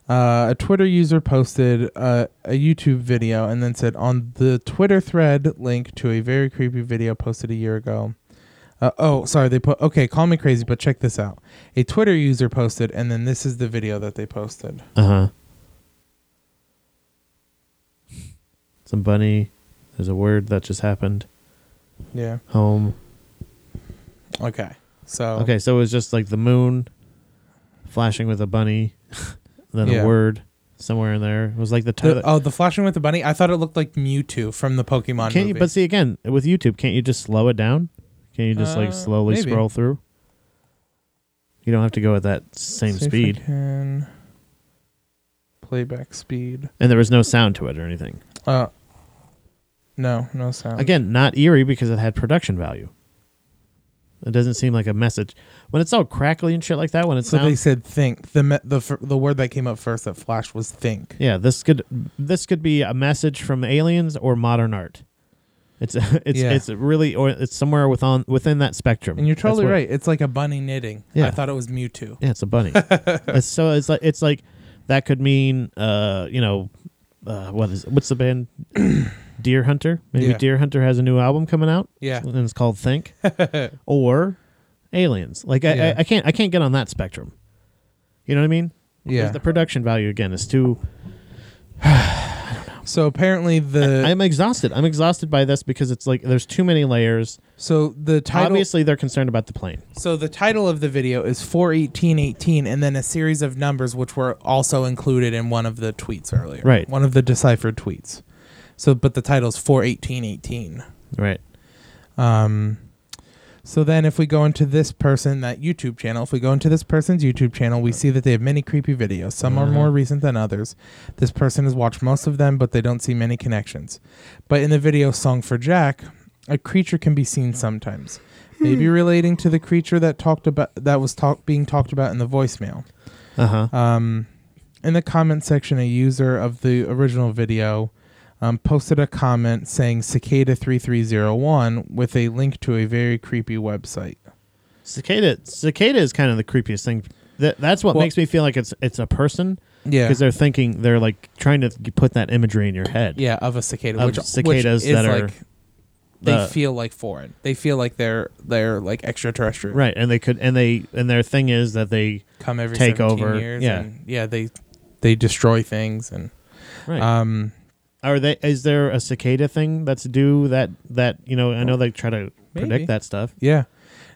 B: uh, a Twitter user posted uh, a YouTube video and then said on the Twitter thread link to a very creepy video posted a year ago. Uh, oh, sorry, they put okay, call me crazy, but check this out. A Twitter user posted, and then this is the video that they posted.
A: Uh huh. Some bunny. There's a word that just happened.
B: Yeah.
A: Home.
B: Okay. So
A: Okay, so it was just like the moon flashing with a bunny, then
B: Yeah.
A: a word somewhere in there. It was like the
B: The- uh,
A: time.
B: oh, the flashing with the bunny. I thought it looked like Mewtwo from the Pokemon
A: Can't
B: movie.
A: you? But see, again, with YouTube, can't you just slow it down? Can you just
B: Uh,
A: like slowly
B: maybe.
A: scroll through? You don't have to go at that same
B: See if I
A: speed,
B: can- Playback speed.
A: and there was no sound to it or anything.
B: Uh, no, no sound.
A: Again, not eerie because it had production value. It doesn't seem like a message when it's all crackly and shit like that. When it
B: So they
A: sounds,
B: said think. The me- the fir- the word that came up first that flashed was think.
A: yeah, this could this could be a message from aliens or modern art. It's it's
B: Yeah.
A: it's really or it's somewhere within within that spectrum.
B: And you're
A: That's
B: totally
A: what-
B: right. It's like a bunny knitting. I
A: Yeah.
B: thought it was Mewtwo.
A: Yeah, it's a bunny. It's- so it's like it's like that could mean uh you know uh what is what's the band Deer Hunter? Maybe
B: Yeah.
A: Deer Hunter has a new album coming out.
B: Yeah.
A: and it's called Think or Aliens. Like I,
B: Yeah.
A: I I can't I can't get on that spectrum. You know what I mean? 'Cause
B: Yeah.
A: The production value again is too.
B: So apparently the
A: I'm exhausted. I'm exhausted by this because it's like there's too many layers.
B: so the title
A: Obviously, they're concerned about the plane.
B: so the title of the video is 41818 and then a series of numbers which were also included in one of the tweets earlier.
A: Right.
B: One of the deciphered tweets. So but the title's 41818.
A: Right.
B: Um, so then, if we go into this person, that YouTube channel, if we go into this person's YouTube channel, we see that they have many creepy videos. Some are more recent than others. This person has watched most of them, but they don't see many connections. But in the video Song for Jack, a creature can be seen sometimes, maybe relating to the creature that talked about that was talk, being talked about in the voicemail.
A: Uh huh.
B: Um, in the comment section, a user of the original video um, posted a comment saying cicada 3301 with a link to a very creepy website.
A: Cicada, cicada is kind of the creepiest thing. That, that's what
B: Well-
A: makes me feel like it's it's a person
B: Yeah.
A: because they're thinking they're like trying to put that imagery in your head.
B: yeah, of a cicada,
A: Of
B: which,
A: cicadas
B: which is
A: that are
B: like they
A: the-
B: feel like foreign. They feel like they're they're like extraterrestrial.
A: right. And they could and they and their thing is that they
B: Come every
A: Take
B: 17
A: over,
B: years.
A: yeah.
B: and, yeah. They they destroy things and
A: right.
B: um
A: are they is there a cicada thing that's due that that you know I know they try to
B: Maybe.
A: predict that stuff.
B: Yeah.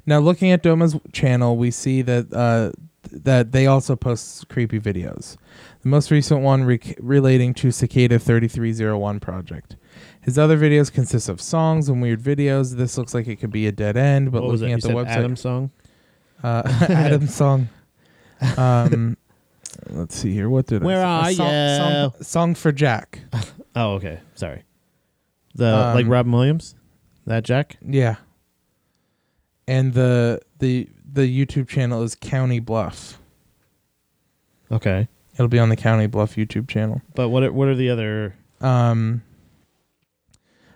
B: Now looking at Doma's channel, we see that uh, that they also post creepy videos. The most recent one re- relating to Cicada 3301 project. His other videos consist of songs and weird videos. This looks like it could be a dead end, but
A: what was it?
B: looking
A: You
B: at the
A: said
B: website,
A: Adam song.
B: uh, Adam's song. Um, let's see here. What did
A: Where
B: I?
A: are
B: say? A song,
A: ya?
B: Song, song for Jack.
A: Oh, okay. Sorry. The like
B: Um,
A: Robin Williams, that Jack.
B: Yeah. And the the the YouTube channel is County Bluff.
A: Okay,
B: It'll be on the County Bluff YouTube channel.
A: but what are, what are the other?
B: Um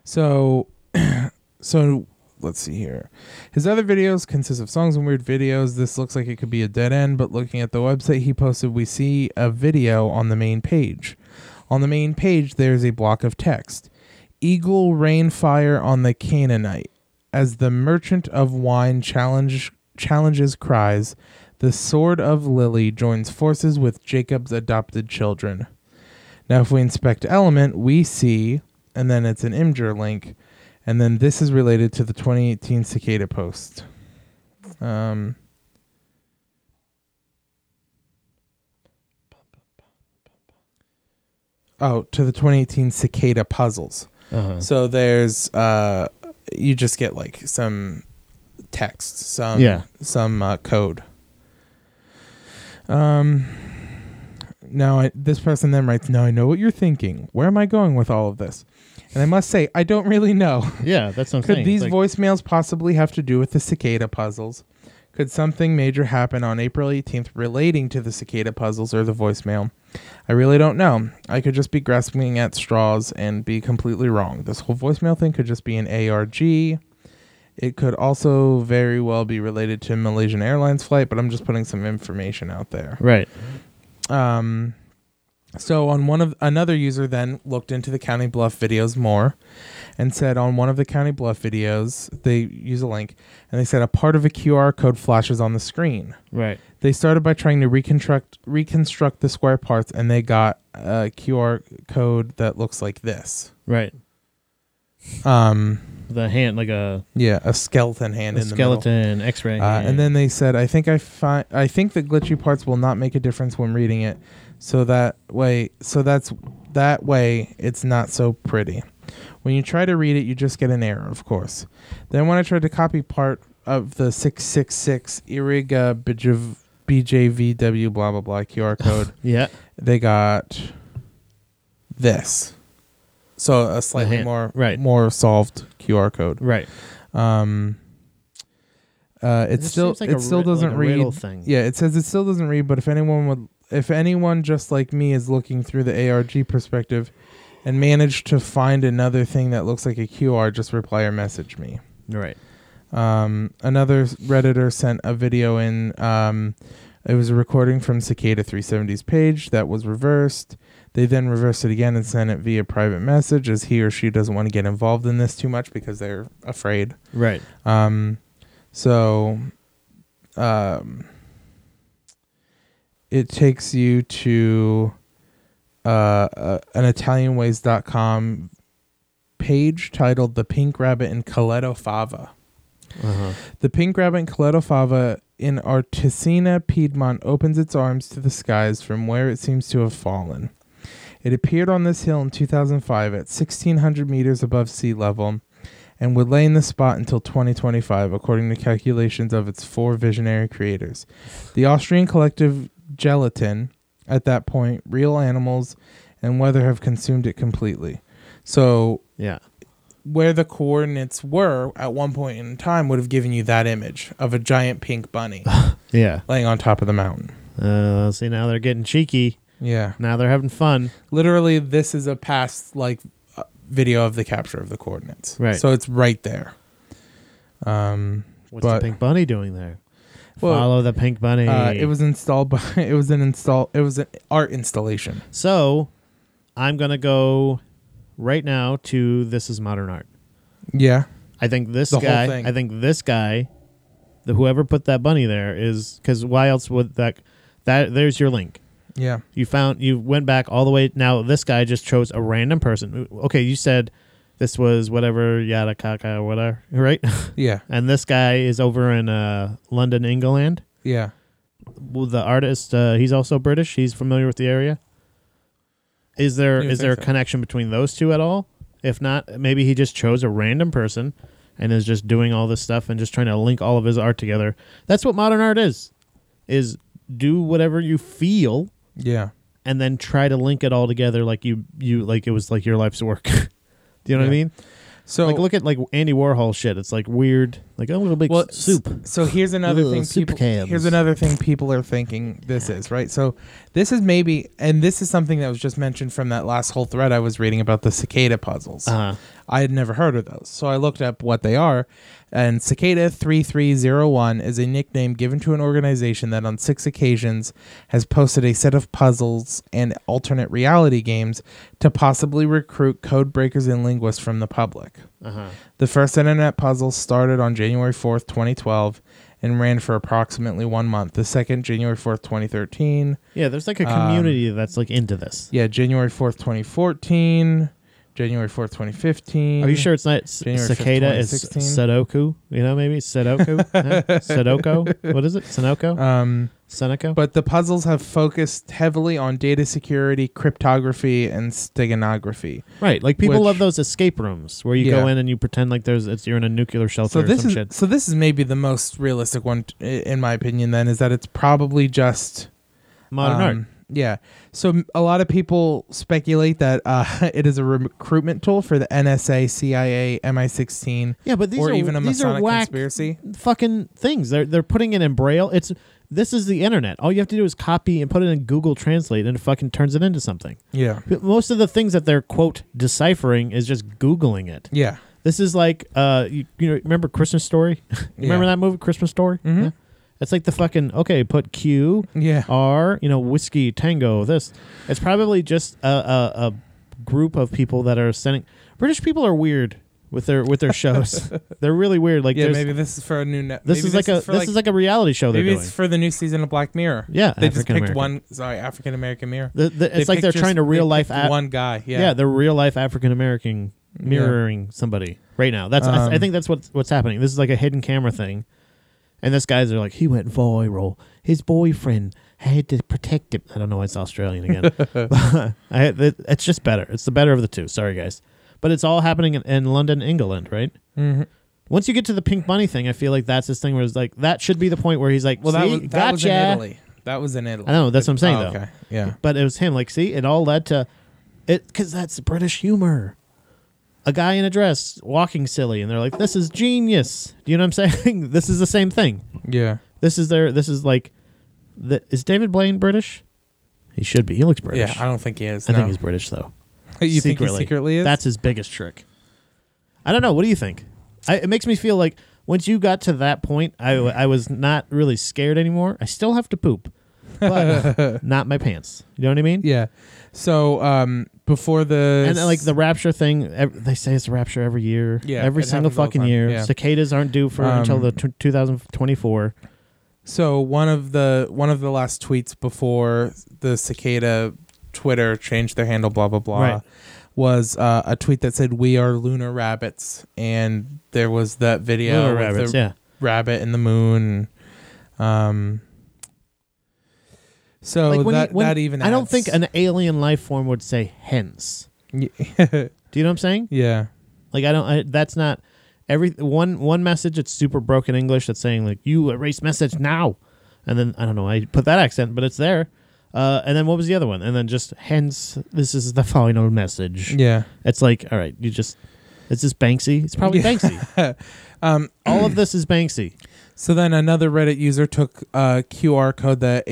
B: so so let's see here. His other videos consist of songs and weird videos. This looks like it could be a dead end, but looking at the website he posted, we see a video on the main page. On the main page there's a block of text. Eagle rain fire on the Canaanite. As the merchant of wine challenge challenges cries, the sword of Lily joins forces with Jacob's adopted children. Now, if we inspect element, we see, and then it's an imgur link, and then this is related to the 2018 cicada post. Um, oh, to the 2018 cicada puzzles.
A: Uh-huh.
B: So there's, uh, you just get like some text, some
A: Yeah.
B: some uh, code. Um, now I, this person then writes, "Now I know what you're thinking. Where am I going with all of this?" And I must say, I don't really know.
A: Yeah, that's what I'm
B: Could
A: saying.
B: these
A: It's like-
B: voicemails possibly have to do with the cicada puzzles? Could something major happen on April 18th relating to the cicada puzzles or the voicemail? I really don't know. I could just be grasping at straws and be completely wrong. This whole voicemail thing could just be an ARG. It could also very well be related to Malaysian Airlines flight, but I'm just putting some information out there.
A: right?
B: Um, so on one of another user then looked into the County Bluff videos more, and said on one of the County Bluff videos they use a link, and they said a part of a QR code flashes on the screen.
A: Right.
B: They started by trying to reconstruct reconstruct the square parts, and they got a QR code that looks like this.
A: Right.
B: Um,
A: The hand like a,
B: yeah, a skeleton hand
A: a
B: in the middle.
A: skeleton, X-ray,
B: Uh,
A: hand.
B: and then they said, "I think I find I think the glitchy parts will not make a difference when reading it, so that way, so that's that way, it's not so pretty. When you try to read it, you just get an error, of course. Then when I tried to copy part of the six six six Iriga BJ BJVW blah blah blah QR code,
A: yeah,
B: they got this, so a slightly
A: hand-
B: more
A: right.
B: more solved QR code."
A: right.
B: Um, uh, it
A: This
B: still
A: seems like
B: it
A: a
B: still
A: ri- like
B: doesn't
A: a
B: read.
A: riddle thing.
B: Yeah, it says it still doesn't read. But if anyone would, if anyone just like me is looking through the ARG perspective, and managed to find another thing that looks like a QR, just reply or message me.
A: Right.
B: Um, another redditor sent a video in. Um, it was a recording from Cicada 370's page that was reversed. They then reversed it again and sent it via private message, as he or she doesn't want to get involved in this too much because they're afraid.
A: Right.
B: Um, so, um, it takes you to uh, uh, an Italianways.com page titled "The Pink Rabbit and Coletto Fava."
A: Uh-huh.
B: The pink rabbit Coletto Fava in Artesina, Piedmont opens its arms to the skies from where it seems to have fallen. It appeared on this hill in 2005 at 1600 meters above sea level and would lay in the spot until 2025 according to calculations of its four visionary creators. The Austrian collective Gelatin at that point real animals and weather have consumed it completely. So
A: Yeah.
B: where the coordinates were at one point in time would have given you that image of a giant pink bunny
A: Yeah.
B: laying on top of the mountain.
A: Uh, see, now they're getting cheeky.
B: Yeah.
A: Now they're having fun.
B: Literally, this is a past like uh, video of the capture of the coordinates.
A: Right.
B: So it's right there. Um,
A: What's
B: But-
A: the pink bunny doing there?
B: Well,
A: Follow the pink bunny.
B: uh, it was installed by it was an install it was an art installation.
A: so. I'm gonna go right now to this is modern art.
B: Yeah.
A: I think this
B: The whole
A: guy.
B: thing.
A: I think this guy, the whoever put that bunny there is because why else would that? That there's your link.
B: Yeah.
A: You found you went back all the way. Now this guy just chose a random person. Okay, you said this was whatever yada kaka or whatever, right?
B: Yeah.
A: and this guy is over in uh, London, England.
B: Yeah.
A: well, the artist? Uh, he's also British. He's familiar with the area. Is there
B: You would
A: is there a
B: think so.
A: connection between those two at all? If not, maybe he just chose a random person and is just doing all this stuff and just trying to link all of his art together. That's what modern art is. Is do whatever you feel
B: Yeah.
A: and then try to link it all together like you you like it was like your life's work. do you know what I
B: Yeah.
A: mean?
B: So
A: Like look at like Andy Warhol shit. It's like weird. Like oh, little big
B: well,
A: s- soup.
B: s- So here's another
A: Ugh,
B: thing.
A: soup
B: People,
A: cans.
B: here's another thing people are thinking this is right. So this is maybe, and this is something that was just mentioned from that last whole thread I was reading about the cicada puzzles.
A: Uh-huh.
B: I had never heard of those, so I looked up what they are. And cicada three three zero one is a nickname given to an organization that, on six occasions, has posted a set of puzzles and alternate reality games to possibly recruit code breakers and linguists from the public. The first internet puzzle started on January 4th, 2012, and ran for approximately one month. The second, January 4th, 2013.
A: Yeah, there's like a
B: Um,
A: community that's like into this.
B: Yeah, January 4th, 2014. January 4th, 2015.
A: Are you sure it's not s-
B: January fifth,
A: cicada? It's
B: 2016?
A: Sudoku. You know, maybe Sudoku. huh? Sudoku. What is it? Sunoco.
B: Um,
A: Sunoco.
B: but the puzzles have focused heavily on data security, cryptography, and steganography.
A: right, like people
B: which-
A: love those escape rooms where you go
B: Yeah.
A: in and you pretend like there's it's you're in a nuclear shelter
B: So
A: or
B: this
A: some
B: is
A: shit.
B: so this is maybe the most realistic one, t- i- in my opinion. Then is that it's probably just
A: Modern
B: Um, Yeah. So m- a lot of people speculate that uh, it is a recruitment tool for the NSA, CIA, MI16.
A: Yeah, but these
B: or
A: are-
B: even a
A: these are
B: Masonic
A: whack-
B: conspiracy.
A: art. Fucking things. They're they're putting it in braille. It's this is the internet. All you have to do is copy and put it in Google Translate, and it fucking turns it into something.
B: Yeah.
A: But Most of the things that they're quote deciphering is just googling it.
B: Yeah.
A: This is like uh you, you know remember Christmas Story? You Remember
B: Yeah.
A: that movie Christmas Story? Mm-hmm. Yeah. It's like the fucking okay, put Q
B: Yeah.
A: R, you know, whiskey, tango, this. It's probably just a, a a group of people that are sending British people are weird with their with their shows. they're really weird. Like
B: Yeah.
A: there's-
B: Maybe this is for a new. Net-
A: this
B: maybe
A: is like a
B: for
A: this is like a reality show they're
B: maybe
A: doing.
B: it's for the new season of Black Mirror.
A: Yeah,
B: They just picked
A: African-American.
B: one. Sorry, African American Mirror.
A: The-
B: They
A: the- it's like they're
B: picked
A: trying to
B: just-
A: real
B: they
A: life
B: picked
A: act-
B: one guy. Yeah.
A: yeah. they're real life African American mirroring somebody right now. That's I, I
B: Um,
A: think that's what's what's happening. This is like a hidden camera thing, and this guys are like he went viral. His boyfriend had to protect him. I don't know why it's Australian again. I, it, it's just better. It's the better of the two. Sorry guys, but it's all happening in, in London, England, right? Mm-hmm. Once you get to the Pink Bunny thing, I feel like that's this thing where it's like that should be the point where he's like,
B: well, that
A: "See?
B: was that
A: gotcha.
B: was in Italy. That was in Italy.
A: I know that's what I'm saying
B: Oh,
A: though.
B: okay. Yeah.
A: But it was him. Like, see, it all led to it because that's British humor. A guy in a dress walking silly, and they're like, "This is genius." Do you know what I'm saying? this is the same thing.
B: Yeah.
A: This is their. This is like, the, is David Blaine British? He should be. He looks British.
B: Yeah. I don't think he is.
A: I
B: no.
A: think he's British though.
B: you think he secretly is?
A: That's his biggest trick. I don't know. What do you think? I, it makes me feel like once you got to that point, I, w- I was not really scared anymore. I still have to poop, but not my pants. You know what I mean?
B: yeah. So um, before the
A: And uh, like the rapture thing, ev- they say it's a rapture every year.
B: Yeah,
A: every
B: it
A: single
B: happens all the
A: fucking
B: time.
A: year.
B: Yeah.
A: Cicadas aren't due for until
B: Um,
A: the t- 2024.
B: So one of the one of the last tweets before the cicada Twitter changed their handle, blah blah blah,
A: Right.
B: was uh, a tweet that said "We are lunar rabbits," and there was that video
A: Lunar
B: with
A: rabbits,
B: the
A: yeah.
B: rabbit and the moon. Um. So
A: Like when you-
B: oh, that
A: when-
B: that even
A: I don't
B: adds-
A: think an alien life form would say hence. Do you know what I'm saying?
B: yeah
A: Like I don't. I, that's not every one one message. It's super broken English. That's saying like you erase message now, and then I don't know. I put that accent, but it's there. Uh, and then what was the other one? And then just hence this is the final message.
B: yeah
A: It's like all right, you just. It's just Banksy. It's probably Banksy.
B: um
A: All of this is Banksy.
B: So then another Reddit user took a QR code that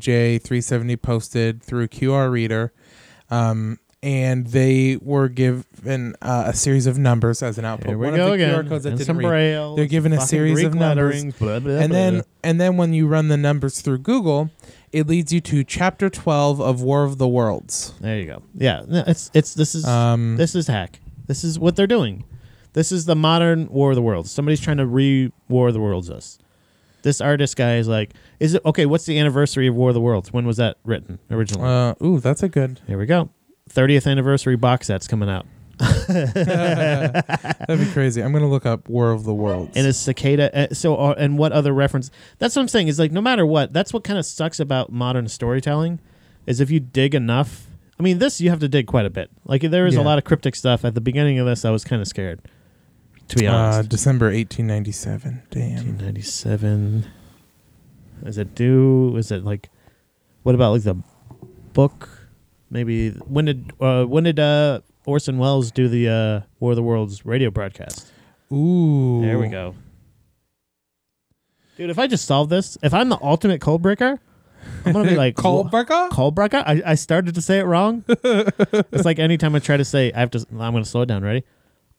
B: HIJJ370 posted through QR Reader, um, and they were given uh, a series of numbers as an output.
A: Here we
B: One
A: go
B: of the
A: again.
B: QR codes that
A: And
B: didn't
A: some
B: read.
A: braille,
B: They're
A: some
B: given a
A: fucking
B: series
A: Greek
B: of numbers,
A: lettering, blah, blah,
B: and
A: blah.
B: then and then when you run the numbers through Google, it leads you to Chapter 12 of War of the Worlds.
A: There you go. Yeah, no, it's it's this is
B: Um,
A: this is hack. This is what they're doing. This is the modern War of the Worlds. Somebody's trying to re War of the Worlds us. This artist guy is like, is it okay? What's the anniversary of War of the Worlds? When was that written originally?
B: Uh, ooh, that's a good.
A: Here we go. Thirtieth anniversary box set's coming out.
B: That'd be crazy. I'm gonna look up War of the Worlds.
A: and a cicada. uh, So, uh, and what other reference? That's what I'm saying. Is like no matter what, that's what kind of sucks about modern storytelling, is if you dig enough. I mean, this you have to dig quite a bit. Like there is
B: Yeah.
A: a lot of cryptic stuff at the beginning of this. I was kind of scared, to be
B: uh,
A: honest.
B: December 1897. Damn.
A: 1997. Is it due? Is it like? What about like the book? Maybe when did uh, when did uh, Orson Welles do the uh, War of the Worlds radio broadcast?
B: Ooh.
A: There we go. Dude, if I just solve this, if I'm the ultimate cold breaker, I'm gonna be like
B: Cold
A: wha-
B: breaker?
A: Cold breaker? I, I started to say it wrong. it's like anytime I try to say I have to I'm gonna slow it down, ready?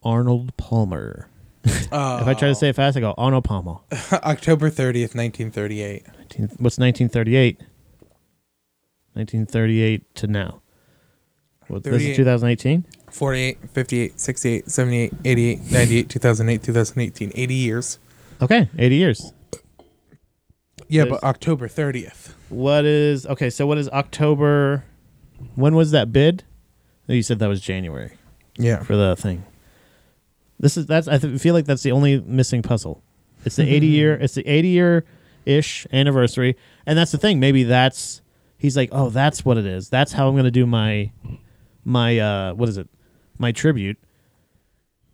A: Arnold Palmer. If I try to say it fast, I go Arnold Palmer.
B: October 30th, 1938.
A: 19 What's nineteen thirty eight? Nineteen thirty eight to now. Well, this
B: 38.
A: is two thousand eighteen?
B: 48, 58, 68, 78, 88, 98, 2008, 2018. 80 years.
A: Okay, eighty years.
B: Yeah,
A: There's-
B: but October 30th.
A: What is okay? So what is October? When was that bid? Oh, You said that was January
B: Yeah.
A: for the thing. This is that's I th- feel like that's the only missing puzzle. It's the eighty year. It's the eighty year ish anniversary, and that's the thing. Maybe that's he's like, oh, that's what it is. That's how I'm gonna do my my uh what is it? My tribute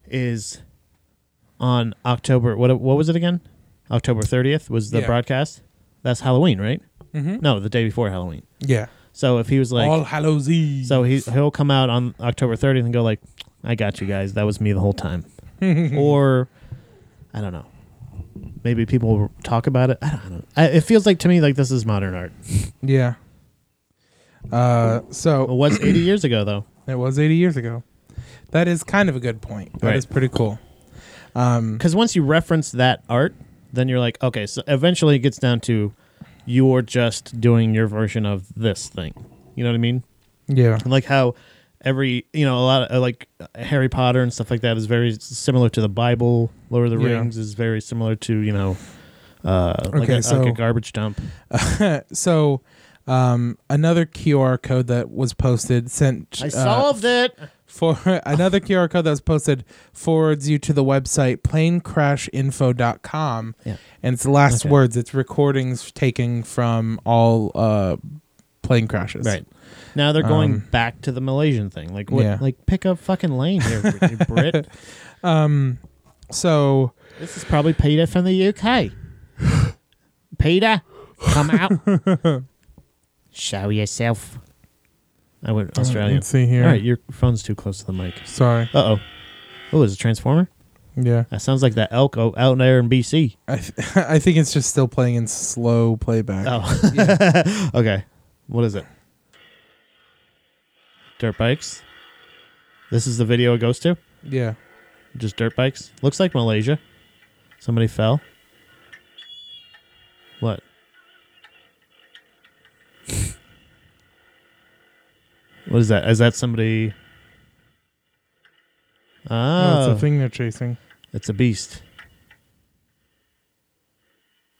A: is on October. What what was it again? October thirtieth was the
B: Yeah.
A: broadcast. That's Halloween, right? Mm-hmm. No, the day before Halloween.
B: Yeah.
A: So if he was like,
B: All Hallows Eve.
A: so he he'll come out on October 30th and go like, "I got you guys. That was me the whole time," or I don't know. Maybe people will talk about it. I don't know. I, it feels like to me like this is modern art.
B: yeah. Uh,
A: It
B: so
A: was 80 years ago though.
B: it was 80 years ago. That is kind of a good point. That is
A: Right.
B: pretty cool. Um,
A: Because once you reference that art, then you're like, okay. So eventually it gets down to you're just doing your version of this thing. You know what I mean?
B: yeah.
A: And like how every you know a lot of uh, like Harry Potter and stuff like that is very s- similar to the Bible. Lord of the
B: Yeah.
A: Rings is very similar to you know. Uh, like,
B: Okay,
A: a, like
B: so-
A: a garbage dump.
B: So, um, another QR code that was posted sent.
A: I
B: uh,
A: solved it.
B: for another QR code that was posted forwards you to the website planecrashinfo.com.
A: Yeah.
B: And it's the last
A: Okay.
B: words. It's recordings taken from all uh, plane crashes.
A: Right now they're going
B: Um,
A: back to the Malaysian thing. Like what?
B: yeah.
A: Like pick a fucking lane here, Brit. you Brit.
B: So
A: This is probably Peter from the UK. Peter, come out. Show yourself. I went Australian.
B: let's see here.
A: All right, your phone's too close to the mic.
B: sorry.
A: Uh oh. Oh, is it a transformer?
B: Yeah.
A: That sounds like that elk o- out there in BC.
B: I, th- I think it's just still playing in slow playback.
A: Oh. okay. What is it? Dirt bikes. This is the video it goes to?
B: Yeah.
A: Just dirt bikes? Looks like Malaysia. Somebody fell. What? what is that? Is that somebody. Oh.
B: That's the thing they're chasing.
A: It's a beast.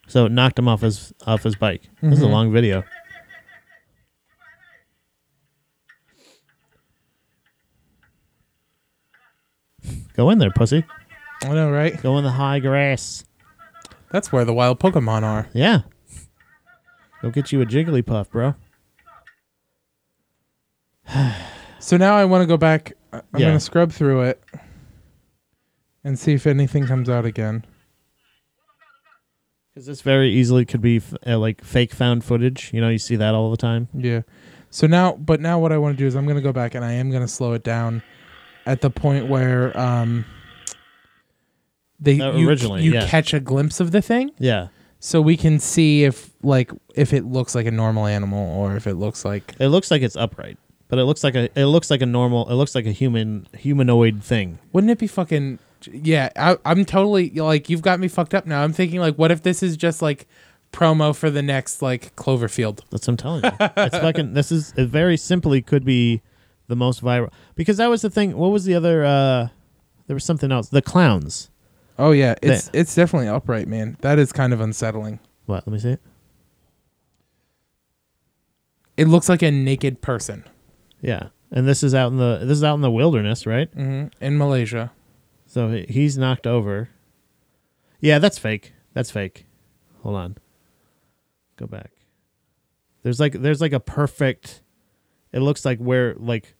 A: So it knocked him off his off his bike. This is a long video. Go in there, pussy.
B: I know, right?
A: Go in the high grass.
B: That's where the wild Pokemon are.
A: Yeah. Go get you a Jigglypuff, bro.
B: So now I want to go back. I- I'm
A: Yeah.
B: going to scrub through it and see if anything comes out again.
A: Because this very easily could be f- uh, like fake found footage. You know, you see that all the time.
B: Yeah. So now, but now what I want to do is I'm going to go back and I am going to slow it down at the point where um they
A: Uh,
B: you,
A: originally,
B: you
A: yeah.
B: catch a glimpse of the thing
A: Yeah.
B: so we can see if like if it looks like a normal animal or if it looks like
A: It looks like it's upright, but it looks like a it looks like a normal it looks like a human humanoid thing.
B: wouldn't it be fucking yeah I, i'm totally like you've got me fucked up now i'm thinking like what if this is just like promo for the next like cloverfield
A: That's what I'm telling you. it's fucking. This is it very simply could be the most viral because that was the thing. What was the other? uh There was something else. The clowns.
B: oh yeah it's it's definitely upright man that is kind of unsettling
A: What? Let me see it.
B: it looks like a naked person
A: Yeah. and this is out in the this is out in the wilderness, right?
B: hmm in Malaysia.
A: So he- he's knocked over. Yeah, that's fake. That's fake. Hold on. Go back. There's like there's like a perfect. It looks like where like,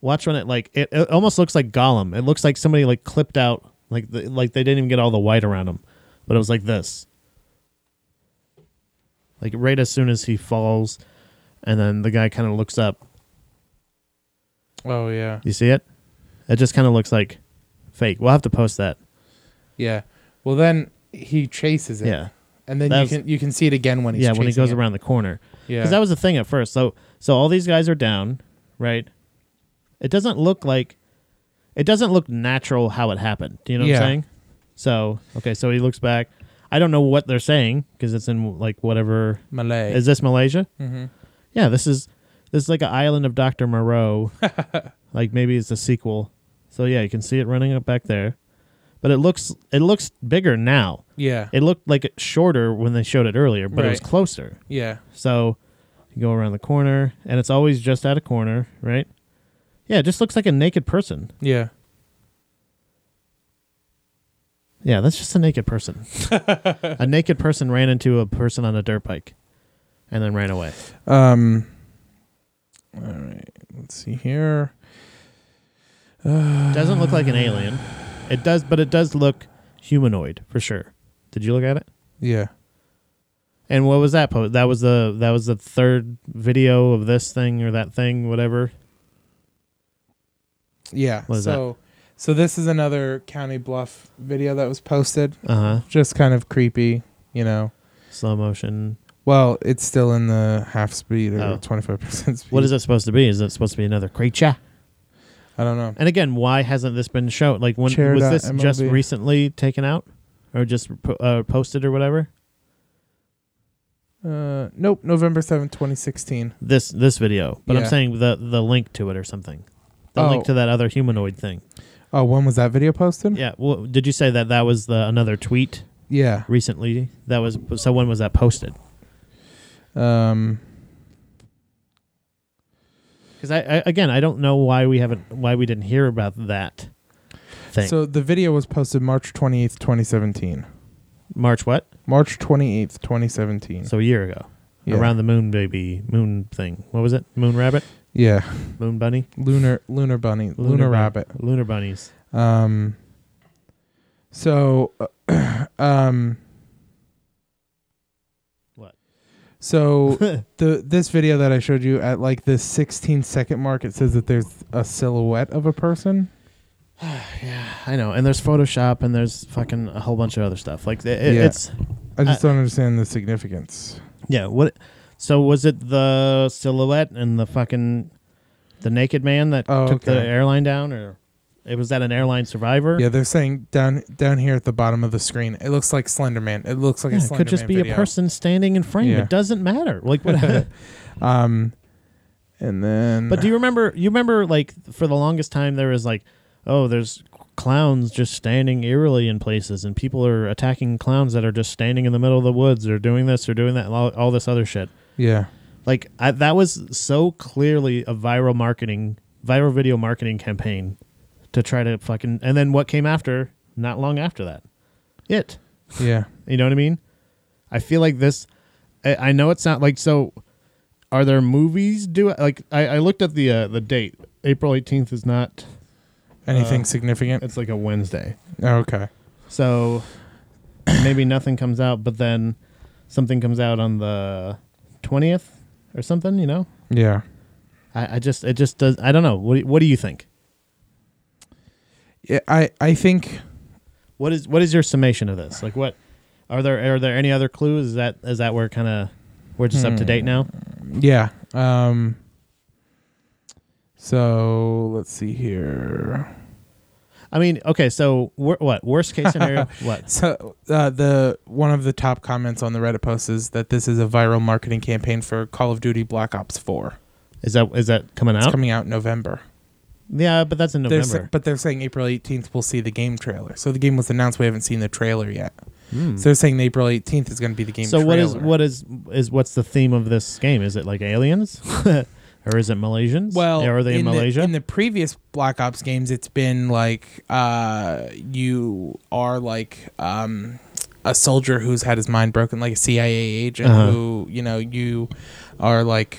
A: watch when it like it, it almost looks like Gollum. It looks like somebody like clipped out like the, like they didn't even get all the white around him, but it was like this. Like right as soon as he falls, and then the guy kind of looks up.
B: Oh yeah,
A: You see it? It just kind of looks like fake. We'll have to post that.
B: yeah. Well, then he chases it.
A: Yeah.
B: and then
A: That
B: you
A: was-
B: can you can see it again when he's
A: yeah when he
B: chasing
A: goes
B: it.
A: around the corner
B: Yeah,
A: because that was the thing at first so so all these guys are down right it doesn't look like it doesn't look natural how it happened do you know
B: Yeah.
A: what i'm saying so okay so he looks back i don't know what they're saying because it's in like whatever
B: Malay.
A: is this malaysia
B: Mhm.
A: yeah this is this is like an island of dr moreau like maybe it's a sequel so yeah you can see it running up back there but it looks it looks bigger now
B: Yeah,
A: it looked like it's shorter when they showed it earlier but it was
B: Right.
A: closer
B: yeah.
A: so you go around the corner, and it's always just at a corner, right? Yeah, it just looks like a naked person.
B: Yeah.
A: Yeah, that's just a naked person. a naked person ran into a person on a dirt bike and then ran away.
B: Um. All right. Let's see here.
A: Doesn't look like an alien. It does, but it does look humanoid for sure. Did you look at it?
B: Yeah.
A: And what was that post? That was the that was the third video of this thing or that thing, whatever.
B: Yeah.
A: What is that?
B: so, so this is another County Bluff video that was posted.
A: Uh huh.
B: Just kind of creepy, you know.
A: Slow motion.
B: Well, it's still in the half speed
A: Oh.
B: or twenty five percent speed.
A: What is it supposed to be? Is it supposed to be another creature?
B: I don't know.
A: And again, why hasn't this been shown? Like, when
B: Chair
A: was
B: dot
A: this just
B: MLB.
A: recently taken out, or just po- uh, posted, or whatever?
B: Uh, nope. November seventh, twenty sixteen.
A: This this video, but I'm
B: Yeah.
A: saying the the link to it or something, the link
B: Oh.
A: to that other humanoid thing.
B: Oh, when was that video posted?
A: Yeah. Well, did you say that that was the another tweet
B: Yeah.
A: recently? That was so. When was that posted?
B: Um.
A: Because I, I again, I don't know why we haven't why we didn't hear about that thing.
B: So the video was posted March twenty eighth, twenty seventeen.
A: March what?
B: March twenty eighth, twenty seventeen.
A: So a year ago,
B: Yeah.
A: around the moon baby moon thing. What was it? Moon rabbit,
B: yeah.
A: moon bunny,
B: Lunar Lunar Bunny, Lunar,
A: bun-
B: Rabbit.
A: lunar bunnies.
B: Um. So, um.
A: What?
B: So the this video that I showed you at like the 16 second mark, it says that there's a silhouette of a person.
A: I know, and there's Photoshop, and there's fucking a whole bunch of other stuff. Like it,
B: Yeah.
A: it's
B: I just
A: I-
B: don't understand the significance.
A: yeah. What? So was it the silhouette and the fucking the naked man that
B: Oh,
A: took the
B: okay.
A: airline down, or it was that an airline survivor?
B: Yeah, they're saying down down here at the bottom of the screen, it looks like Slender Man. It looks like
A: Yeah,
B: a
A: it
B: Slender
A: could just
B: Man
A: be
B: video.
A: a person standing in frame.
B: Yeah.
A: It doesn't matter. Like what?
B: Um, and then
A: but do you remember? You remember like for the longest time there was like, oh, there's clowns just standing eerily in places, and people are attacking clowns that are just standing in the middle of the woods, or doing this, or doing that, and all, all this other shit.
B: yeah
A: Like I, that was so clearly a viral marketing, viral video marketing campaign to try to fucking. And then what came after? Not long after that, it.
B: yeah
A: You know what I mean? I feel like this. I, I know it's not like so. Are there movies do like I, I looked at the uh, the date. April eighteenth is not. Uh,
B: anything significant?
A: It's like a Wednesday.
B: Oh, okay,
A: So maybe nothing comes out, but then something comes out on the twentieth or something. You know.
B: yeah.
A: I, I just it just does I don't know what do- what do you think
B: Yeah, I I think
A: what is what is your summation of this like what are there are there any other clues is that is that where kind of we're just up to date now
B: yeah. Um so let's see here.
A: I mean okay so wor- what worst case scenario what
B: So uh, the one of the top comments on the Reddit post is that this is a viral marketing campaign for Call of Duty Black Ops 4.
A: is that is that coming
B: It's
A: out
B: coming out in November.
A: yeah but that's in
B: They're
A: November
B: sa- but they're saying April 18th we'll see the game trailer. So the game was announced, we haven't seen the trailer yet. So they're saying April 18th is going to be the game
A: Hmm. so
B: trailer.
A: what is what is is what's the theme of this game is it like aliens Or is it Malaysians?
B: Well,
A: Or are they in,
B: the-
A: Malaysia?
B: in the previous Black Ops games, it's been like uh, you are like um, a soldier who's had his mind broken, like a CIA agent
A: Uh-huh.
B: who you know you are like.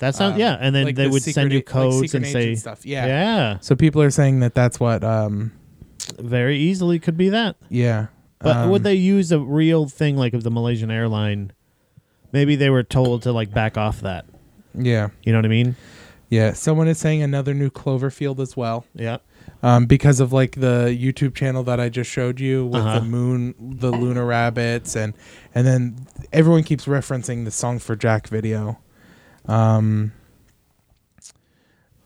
A: that sounds yeah, and then
B: um, like
A: they
B: the
A: would send
B: secret
A: you
B: a- like
A: codes
B: secret
A: and say
B: agent stuff, yeah.
A: yeah,
B: So people are saying that that's what. Um,
A: very easily could be that.
B: yeah,
A: But
B: um,
A: would they use a real thing like of the Malaysian airline? Maybe they were told to like back off that.
B: Yeah,
A: You know what I mean?
B: yeah. Someone is saying another new Cloverfield as well.
A: Yeah.
B: um, because of like the YouTube channel that I just showed you with
A: Uh-huh.
B: the moon, the lunar rabbits, and and then everyone keeps referencing the song for Jack video. Um,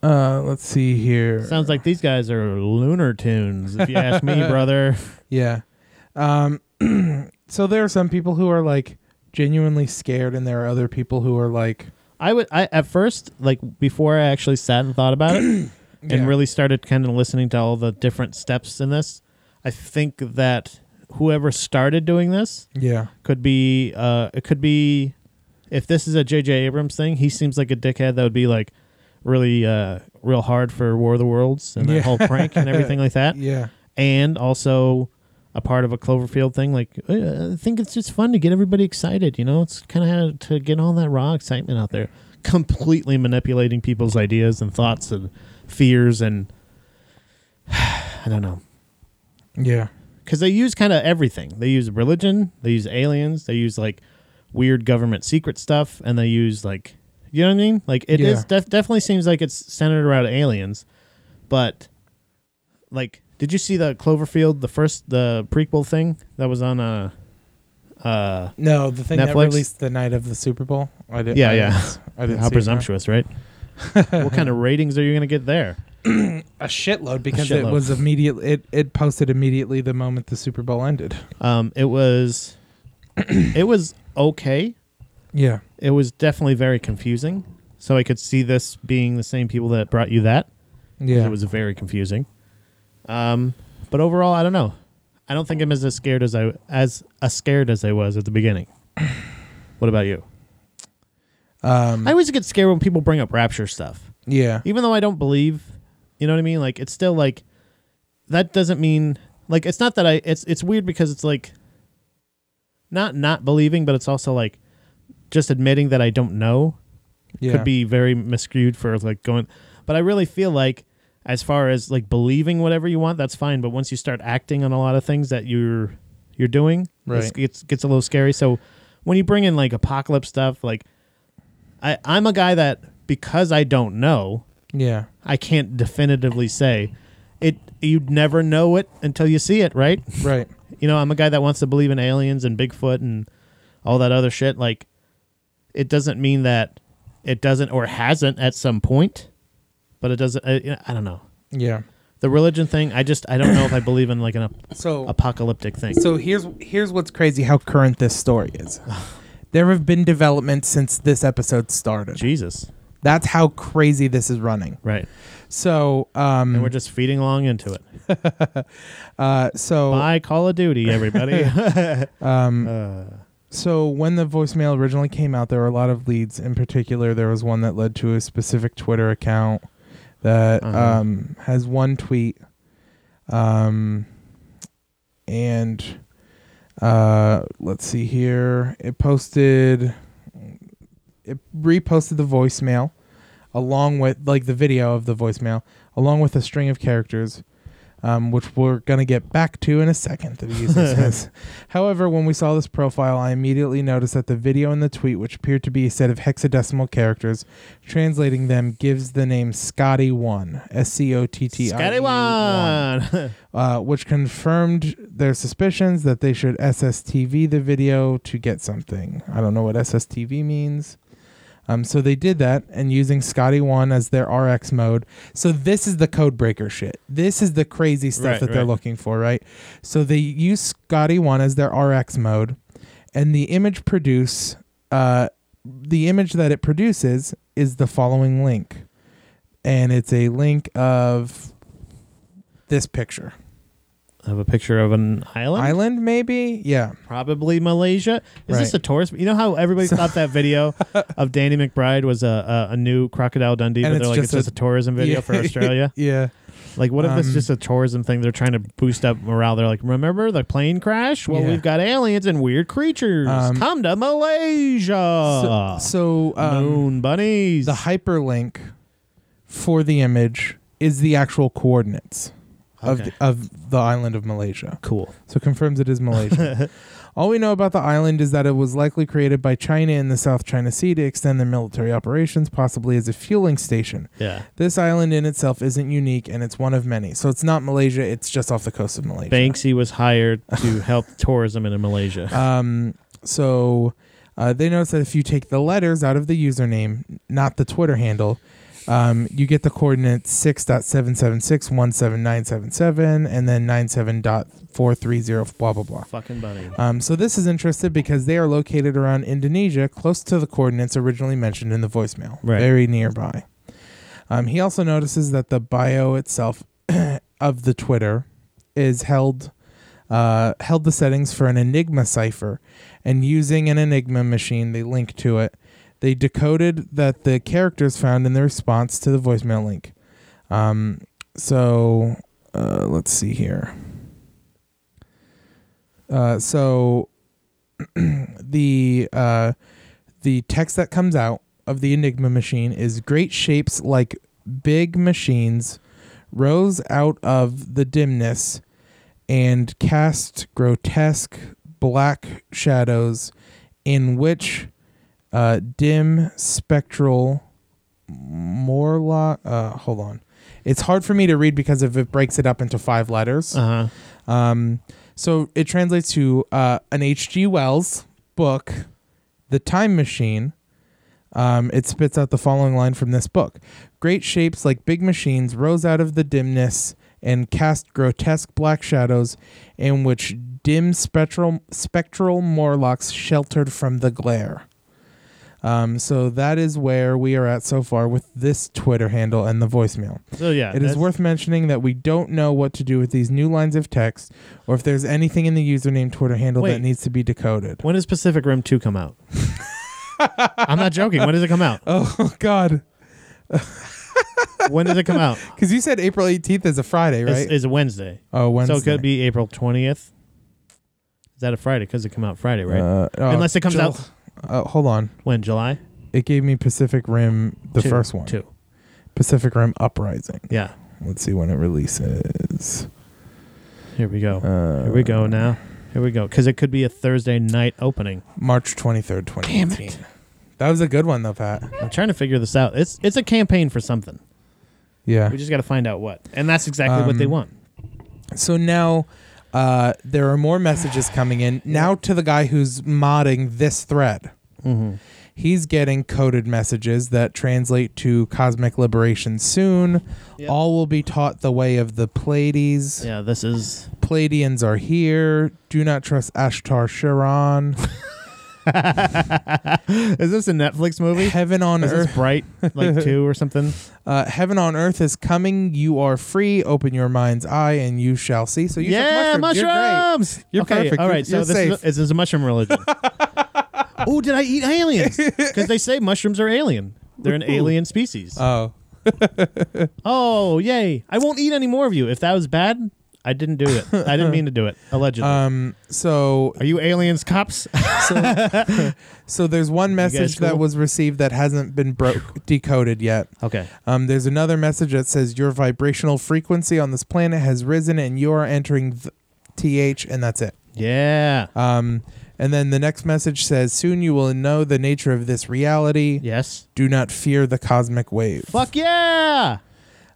B: uh, let's see here.
A: Sounds like these guys are lunar tunes, if you ask me, brother.
B: yeah. Um, so there are some people who are like genuinely scared, and there are other people who are like,
A: I would I at first, like before I actually sat and thought about it
B: Yeah.
A: and really started kind of listening to all the different steps in this, I think that whoever started doing this
B: yeah,
A: could be uh it could be if this is a JJ Abrams thing, he seems like a dickhead that would be like really uh real hard for War of the Worlds and that
B: Yeah.
A: whole prank and everything like that.
B: yeah,
A: and also a part of a Cloverfield thing. Like, uh, I think it's just fun to get everybody excited. You know, it's kind of how to get all that raw excitement out there. Completely manipulating people's ideas and thoughts and fears and I don't know
B: yeah,
A: because they use kind of everything. They use religion, they use aliens, they use like weird government secret stuff, and they use like you know what I mean. Like it is
B: Yeah.
A: def- definitely seems like it's centered around aliens, but like, did you see the Cloverfield, the first the prequel thing that was on uh uh
B: no, the thing that
A: Netflix?
B: released the night of the Super Bowl. I didn't.
A: Yeah,
B: I
A: yeah.
B: Didn't, I didn't
A: how
B: see it, no.
A: presumptuous, right? what kind of ratings are you gonna get there?
B: a shitload because
A: shitload.
B: it was immediate. It it posted immediately the moment the Super Bowl ended.
A: Um, it was it was okay.
B: Yeah,
A: it was definitely very confusing. So I could see this being the same people that brought you that. 'cause
B: yeah.
A: It was very confusing. Um, but overall, I don't know. I don't think I'm as scared as I as as scared as I was at the beginning. what about you?
B: um,
A: I always get scared when people bring up rapture stuff,
B: yeah,
A: even though I don't believe. You know what I mean? Like it's still like that doesn't mean like it's not that I it's it's weird because it's like not not believing, but it's also like just admitting that I don't know
B: yeah.
A: could be very miscued for like going but i really feel like as far as like believing whatever you want that's fine but once you start acting on a lot of things that you're you're doing
B: Right.
A: it gets, gets a little scary so when you bring in like apocalypse stuff like i i'm a guy that because i don't know
B: yeah,
A: i can't definitively say it you'd never know it until you see it right
B: right,
A: you know, I'm a guy that wants to believe in aliens and Bigfoot and all that other shit. Like, it doesn't mean that it doesn't or hasn't at some point, but it doesn't. I, I don't know.
B: yeah.
A: The religion thing, I just, I don't know if I believe in like an ap-
B: So
A: apocalyptic thing.
B: so here's here's what's crazy how current this story is. There have been developments since this episode started.
A: Jesus.
B: That's how crazy this is running.
A: Right.
B: So um
A: And we're just feeding along into it.
B: uh so
A: Buy Call of Duty, everybody.
B: So when the voicemail originally came out, there were a lot of leads. In particular, there was one that led to a specific Twitter account that
A: Uh-huh.
B: um, has one tweet, um, and uh, let's see here. It posted, it reposted the voicemail along with like the video of the voicemail, along with a string of characters um, which we're going to get back to in a second, the user says. However, when we saw this profile, I immediately noticed that the video and the tweet, which appeared to be a set of hexadecimal characters, translating them gives the name Scotty1, S C O T T I. E
A: Scotty one.
B: Uh, which confirmed their suspicions that they should SSTV the video to get something. I don't know what SSTV means. Um, so they did that and using Scotty One as their RX mode. So this is the code breaker shit. This is the crazy stuff
A: Right,
B: that they're
A: right.
B: looking for, right? So they use Scotty One as their RX mode, and the image produce, uh, the image that it produces is the following link, and it's a link of this picture.
A: I have a picture of an island.
B: Island, maybe? Yeah.
A: Probably Malaysia. Is this
B: Right.
A: a tourist? You know how everybody thought that video of Danny McBride was a, a, a new Crocodile Dundee,
B: And
A: but
B: it's
A: they're like,
B: just
A: it's just
B: a-
A: a tourism video
B: yeah.
A: for Australia?
B: yeah.
A: Like, what if this
B: Um,
A: is just a tourism thing? They're trying to boost up morale. They're like, remember the plane crash? Well,
B: Yeah.
A: we've got aliens and weird creatures.
B: Um,
A: Come to Malaysia.
B: so, so um,
A: Moon bunnies.
B: the hyperlink for the image is the actual coordinates of,
A: Okay.
B: the, of the island of Malaysia.
A: cool.
B: So it confirms it is Malaysia. All we know about the island is that it was likely created by China in the South China Sea to extend their military operations, possibly as a fueling station.
A: Yeah.
B: This island in itself isn't unique and it's one of many. So it's not Malaysia, it's just off the coast of Malaysia.
A: Banksy was hired to help tourism in Malaysia.
B: Um, so uh, they noticed that if you take the letters out of the username, not the Twitter handle, um, you get the coordinates 6.776.17977 and then 97.430, blah, blah, blah.
A: Fucking bunny.
B: Um, so this is interesting because they are located around Indonesia, close to the coordinates originally mentioned in the voicemail,
A: Right.
B: very nearby. Um, he also notices that the bio itself of the Twitter is held uh, held the settings for an Enigma cipher, and using an Enigma machine, they link to it. They decoded that the characters found in the response to the voicemail link. Um, so uh, let's see here. Uh, so the uh, the text that comes out of the Enigma machine is great shapes like big machines rose out of the dimness and cast grotesque black shadows in which uh, dim spectral morlock uh, hold on it's hard for me to read because if it breaks it up into five letters
A: Uh huh.
B: um, so it translates to uh, an H.G. Wells book, The Time Machine. Um, it spits out the following line from this book Great shapes like big machines rose out of the dimness and cast grotesque black shadows in which dim spectral, spectral Morlocks sheltered from the glare. Um, so that is where we are at so far with this Twitter handle and the voicemail.
A: So, yeah.
B: It is
A: that's-
B: worth mentioning that we don't know what to do with these new lines of text or if there's anything in the username Twitter handle
A: Wait.
B: that needs to be decoded.
A: When does Pacific Rim 2 come out? I'm not joking. When does it come out?
B: Oh, God.
A: When does it come out?
B: Because you said April 18th is a Friday, right?
A: It's, it's a Wednesday.
B: oh, Wednesday.
A: So it could be April 20th. Is that a Friday? Because it come out Friday, right?
B: Uh, oh,
A: Unless it comes
B: Jul-
A: out
B: Uh, hold on.
A: when? July?
B: It gave me Pacific Rim, the
A: Two.
B: first one.
A: Two.
B: Pacific Rim Uprising.
A: Yeah.
B: Let's see when it releases.
A: Here we go.
B: Uh,
A: Here we go now. Here we go. Because it could be a Thursday night opening.
B: March 23rd, 2018. That was a good one, though, Pat.
A: I'm trying to figure this out. It's it's a campaign for something.
B: Yeah.
A: We just got to find out what. And that's exactly what
B: Um,
A: they want.
B: So now uh, there are more messages coming in. Now to the guy who's modding this thread.
A: Mm-hmm.
B: He's getting coded messages that translate to cosmic liberation soon. All will be taught the way of the Pleiades.
A: Yeah, this is.
B: Pleiadians are here. Do not trust Ashtar Sharon.
A: Is this a Netflix movie?
B: Heaven on
A: Is
B: earth
A: this Bright, like two or something?
B: Uh, heaven on earth is coming. You are free. Open your mind's eye, and you shall see. So you
A: yeah,
B: took mushrooms. You're great.
A: mushrooms.
B: You're
A: okay,
B: perfect.
A: All
B: You're-
A: right, so
B: you're
A: this is,
B: safe.
A: this is a mushroom religion. oh, did I eat aliens? Because they say mushrooms are alien. They're an alien species.
B: Oh,
A: oh, yay! I won't eat any more of you. If that was bad, I didn't do it. I didn't mean to do it. Allegedly.
B: um. So
A: are you aliens, cops?
B: so, so there's one message that
A: cool?
B: was received that hasn't been broke decoded yet.
A: okay.
B: Um, there's another message that says your vibrational frequency on this planet has risen and you are entering the th, and that's it.
A: Yeah.
B: Um, and then the next message says soon you will know the nature of this reality.
A: yes.
B: Do not fear the cosmic wave.
A: Fuck yeah,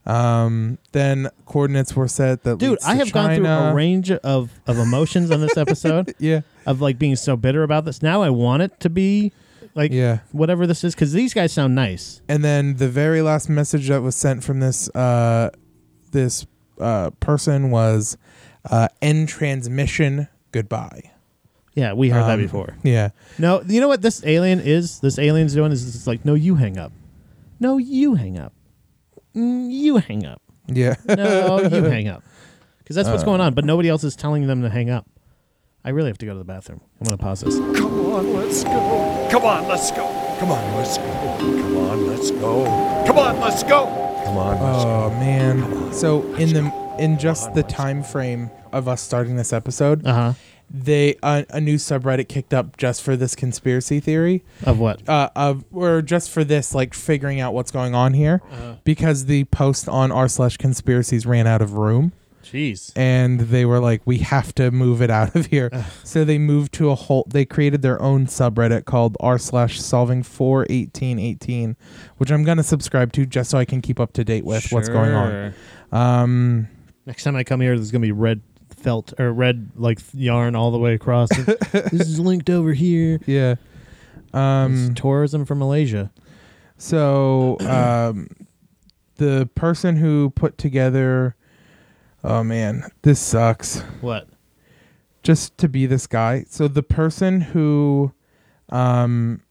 B: Um, then coordinates were set that
A: dude!
B: leads
A: I
B: to
A: have gone through a
B: China.
A: range of of emotions on this episode.
B: Yeah,
A: Of like being so bitter about this. Now I want it to be like
B: Yeah.
A: whatever this is because these guys sound nice.
B: and then the very last message that was sent from this uh, this uh, person was uh, end transmission goodbye.
A: Yeah, we heard that
B: Um,
A: before.
B: Yeah,
A: No, you know what this alien is? This alien's doing is it's like, no, you hang up. No, you hang up. Mm, You hang up.
B: yeah.
A: No, you hang up. because that's what's going on. But nobody else is telling them to hang up. I really have to go to the bathroom. I'm gonna pause this.
F: Come on, let's go. Come on, let's go. Come on, let's go. Come on, let's go. Come on, let's go. Come on, let's go.
B: Oh man. So in the in just the time frame of us starting this episode,
A: Uh huh.
B: they uh, a new subreddit kicked up just for this conspiracy theory.
A: Of what?
B: Uh, of or just for this, like figuring out what's going on here, because the post on r slash conspiracies ran out of room,
A: Jeez.
B: and they were like, "We have to move it out of here." so they moved to a whole. They created their own subreddit called r slash solving four eighteen eighteen, which I'm gonna subscribe to just so I can keep up to date with what's going on. Um,
A: Next time I come here, there's gonna be red felt or red like yarn all the way across. this is linked over here.
B: yeah.
A: It's
B: Um,
A: tourism from Malaysia.
B: so um, the person who put together, oh man, this sucks.
A: What?
B: Just to be this guy. So the person who, um,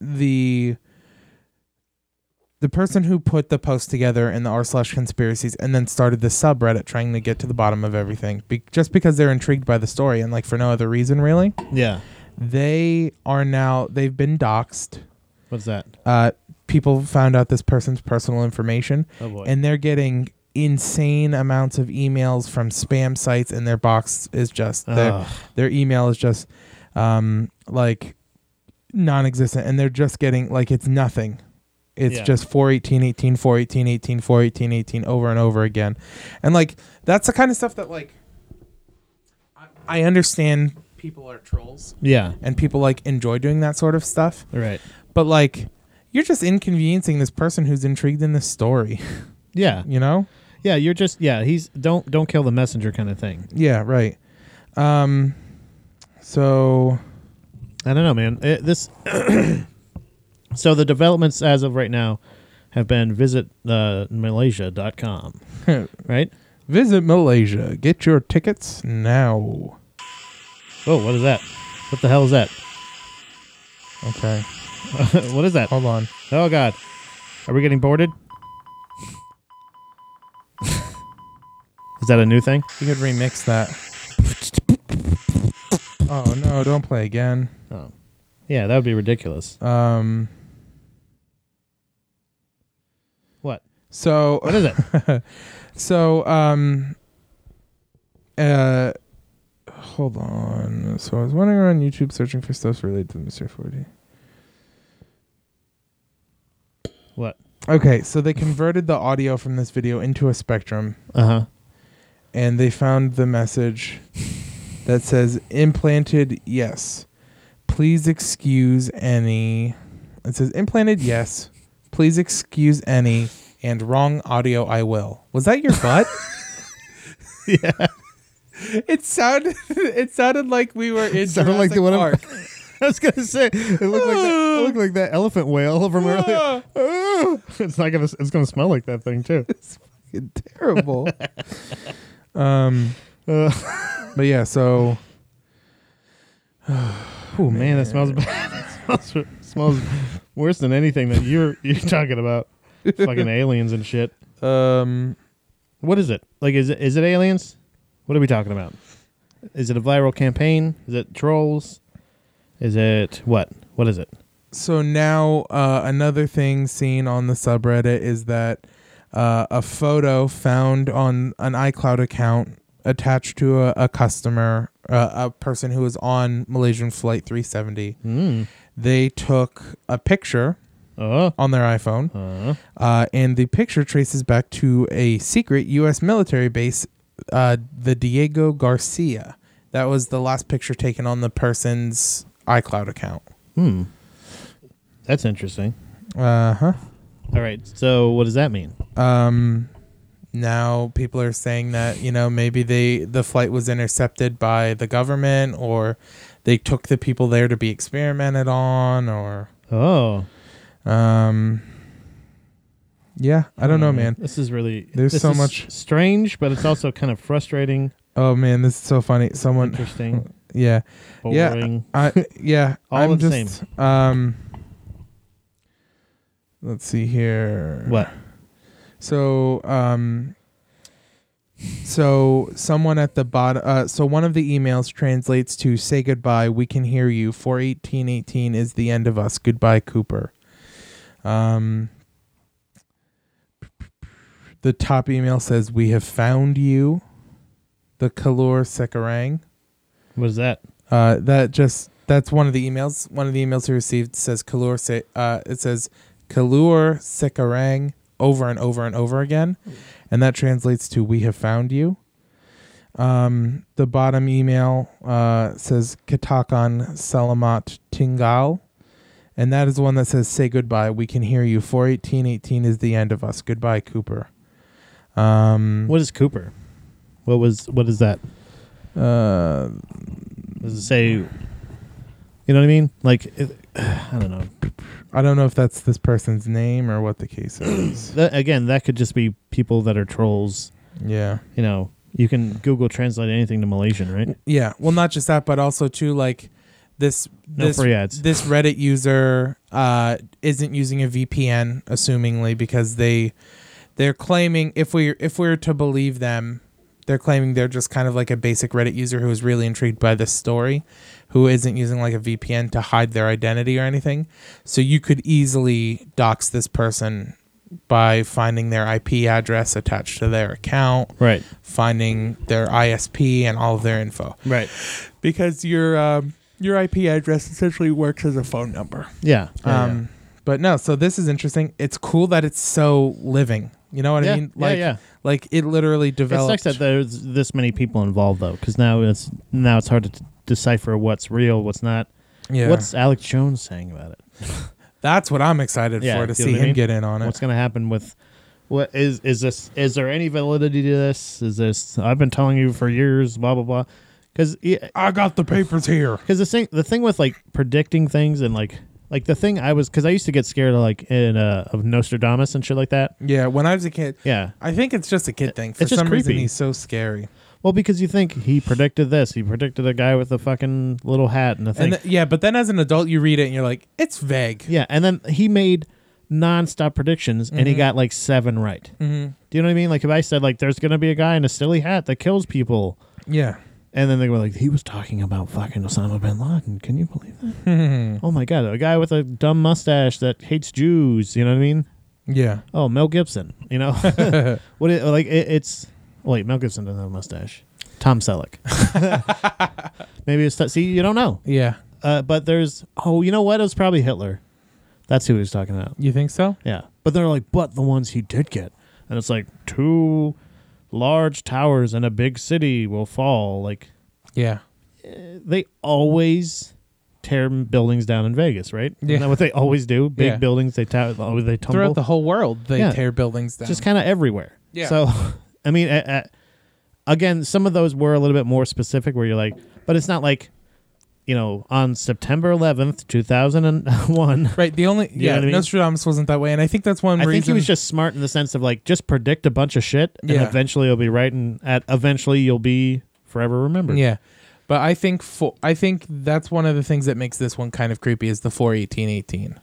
B: the the person who put the post together in the r slash conspiracies and then started the subreddit trying to get to the bottom of everything be- just because they're intrigued by the story and like for no other reason really
A: Yeah.
B: they are now they've been doxxed
A: What's that?
B: uh, people found out this person's personal information
A: Oh, boy.
B: and they're getting insane amounts of emails from spam sites and their box is just their,
A: Ugh.
B: their email is just um, like non-existent and they're just getting like it's nothing it's
A: Yeah.
B: just 418 18 418 18 418 18 over and over again and like that's the kind of stuff that like i, I understand people are trolls
A: Yeah.
B: and people like enjoy doing that sort of stuff
A: Right.
B: but like you're just inconveniencing this person who's intrigued in this story
A: Yeah.
B: you know
A: Yeah. You're just yeah. He's don't don't kill the messenger kind of thing.
B: yeah right um so
A: I don't know, man. It, this so the developments as of right now have been visit uh, malaysia.com, right?
B: visit malaysia get your tickets now
A: Oh, what is that? What the hell is that?
B: okay
A: what is that?
B: hold on
A: Oh God, are we getting boarded? is that a new thing?
B: you could remix that oh no don't play again
A: Oh, yeah, that would be ridiculous.
B: um
A: What?
B: so
A: What is it?
B: So, um, uh, hold on. So I was wandering around YouTube searching for stuff related to Mr. 40.
A: what?
B: Okay, so they converted the audio from this video into a spectrum
A: Uh huh.
B: and they found the message that says implanted yes. Please excuse any. It says implanted yes. Please excuse any and wrong audio I will. Was that your butt? yeah. It sounded it sounded like we were in
D: sounded like the
B: Jurassic
D: one I'm-
B: Park.
D: I was gonna say it looked like that, it looked like that elephant whale from earlier.
B: Ah,
D: It's not gonna. It's gonna smell like that thing too.
B: terrible. um
D: Uh,
B: but yeah, so
D: oh man, that smells bad. That smells, smells worse than anything that you're you're talking about. Fucking aliens and shit.
B: um
A: What is it? Like, is it is it aliens? What are we talking about? Is it a viral campaign? Is it trolls? Is it what? What is it?
B: so now uh, another thing seen on the subreddit is that uh, a photo found on an iCloud account attached to a, a customer, uh, a person who was on Malaysian Flight 370. They took a picture
A: Oh,
B: on their iPhone,
A: uh,
B: uh, and the picture traces back to a secret U.S. military base, uh, the Diego Garcia. That was the last picture taken on the person's iCloud account.
A: that's interesting.
B: Uh huh.
A: All right. So, what does that mean?
B: um now people are saying that you know maybe they the flight was intercepted by the government or they took the people there to be experimented on or
A: Oh,
B: um yeah i don't
A: Mm.
B: know man
A: This is really
B: There's
A: this
B: so
A: is
B: much-
A: strange, but it's also kind of frustrating,
B: oh man this is so funny someone
A: interesting,
B: yeah
A: boring.
B: yeah i yeah
A: All
B: i'm
A: the
B: just um let's see here
A: What?
B: So, um, So someone at the bottom. Uh, so one of the emails translates to "Say goodbye. We can hear you. Four eighteen eighteen is the end of us. Goodbye, Cooper." Um. The top email says, "We have found you." The Kalor Sekarang.
A: What is that?
B: Uh, that just that's one of the emails. One of the emails he received says Kalur. Se- uh, it says Kalur Sekarang over and over and over again, and that translates to "We have found you." Um, the bottom email uh, says Katakan Salamat Tingal, and that is one that says "Say goodbye. We can hear you. Four eighteen eighteen is the end of us. Goodbye, Cooper." Um,
A: What is Cooper? What was what is that?
B: uh,
A: Does it say? You know what I mean? Like, it, I don't know.
B: I don't know if that's this person's name or what the case is.
A: That, again, that could just be people that are trolls.
B: yeah.
A: You know, you can Google translate anything to Malaysian, right?
B: Yeah, well, not just that, but also too like this
A: No
B: this
A: free ads.
B: this Reddit user uh, isn't using a VPN, assumingly because they they're claiming if we if we are to believe them, they're claiming they're just kind of like a basic Reddit user who is really intrigued by this story, who isn't using like a VPN to hide their identity or anything. So you could easily dox this person by finding their IP address attached to their account
A: Right.
B: finding their ISP and all of their info
A: Right.
B: because your um, your IP address essentially works as a phone number.
A: Yeah. yeah,
B: Um, But no, so this is interesting. It's cool that it's so living. You know what
A: Yeah,
B: I mean?
A: yeah,
B: Like,
A: yeah.
B: like it literally
A: yeah. It
B: developed.
A: sucks that there's this many people involved though, because now it's now it's hard to t- decipher what's real, what's not.
B: yeah.
A: What's Alex Jones saying about it?
B: that's what I'm excited
A: Yeah,
B: for to
A: you know
B: see
A: what I
B: him
A: mean?
B: get in on it.
A: What's going to happen with what is is this? Is there any validity to this? Is this? I've been telling you for years. Blah blah blah. Because
B: I got the papers here.
A: because the thing the thing with like predicting things and like like the thing I was because I used to get scared of like in uh of Nostradamus and shit like that.
B: Yeah, when I was a kid.
A: Yeah.
B: I think it's just a kid thing. For
A: just
B: some reason,
A: creepy.
B: he's so scary.
A: Well, because you think he predicted this, he predicted a guy with a fucking little hat and a thing.
B: And th- yeah, but then as an adult, you read it and you're like, it's vague.
A: yeah, and then he made nonstop predictions and he
B: Mm-hmm.
A: got like seven right. Mm-hmm. Do you know what I mean? Like if I said like there's gonna be a guy in a silly hat that kills people,
B: Yeah.
A: and then they were like he was talking about fucking Osama bin Laden. Can you believe that? oh my god, a guy with a dumb mustache that hates Jews. You know what I mean?
B: Yeah.
A: oh Mel Gibson, you know, what it, like it, it's wait Mel Gibson doesn't have a mustache. Tom Selleck, maybe it's see you don't know,
B: Yeah.
A: uh, but there's oh you know what it was probably Hitler, that's who he was talking about.
B: You think so?
A: Yeah, but they're like but the ones he did get, and it's like two large towers in a big city will fall. Like
B: Yeah.
A: they always tear buildings down in Vegas, right?
B: Yeah.
A: Isn't that what they always do? Big
B: Yeah.
A: buildings they tow- oh, they tumble
B: Throughout the whole world, they
A: Yeah.
B: tear buildings down.
A: just kind of everywhere.
B: Yeah.
A: So, I mean, uh, uh, again, some of those were a little bit more specific, where you're like, but it's not like, you know, on September 11th, 2001.
B: right. The only
A: know
B: yeah,
A: what I mean?
B: Nostradamus wasn't that way, and I think that's one
A: I
B: reason.
A: think he was just smart in the sense of like, just predict a bunch of shit, and
B: Yeah.
A: eventually you'll be right, and at eventually you'll be forever remembered.
B: yeah, but I think for I think that's one of the things that makes this one kind of creepy is the four eighteen eighteen,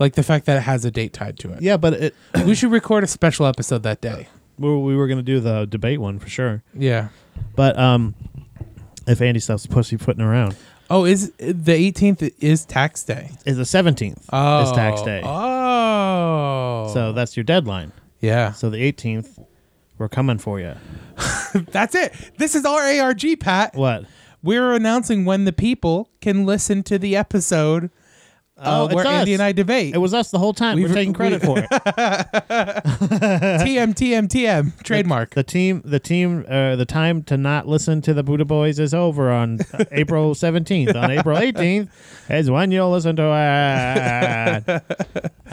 B: like the fact that it has a date tied to it.
A: Mm. Yeah, but it,
B: we should record a special episode that day.
A: we were- we were gonna do the debate one for sure,
B: Yeah.
A: but um, if Andy stops pussyfooting around,
B: Oh, is the eighteenth is tax day?
A: is the 17th
B: Oh,
A: is tax day,
B: Oh,
A: so that's your deadline.
B: yeah,
A: So the 18th, we're coming for you.
B: that's it. This is our ARG, Pat.
A: What?
B: we're announcing when the people can listen to the episode
A: Oh,
B: uh,
A: it's
B: where Andy
A: us.
B: and I debate.
A: It was us the whole time.
B: We've-
A: we're taking credit
B: we-
A: for it.
B: TM TM TM trademark.
A: The team, the team, uh, the time to not listen to the Buddha Boys is over on uh, April 17th. On April 18th is when you'll listen to it. I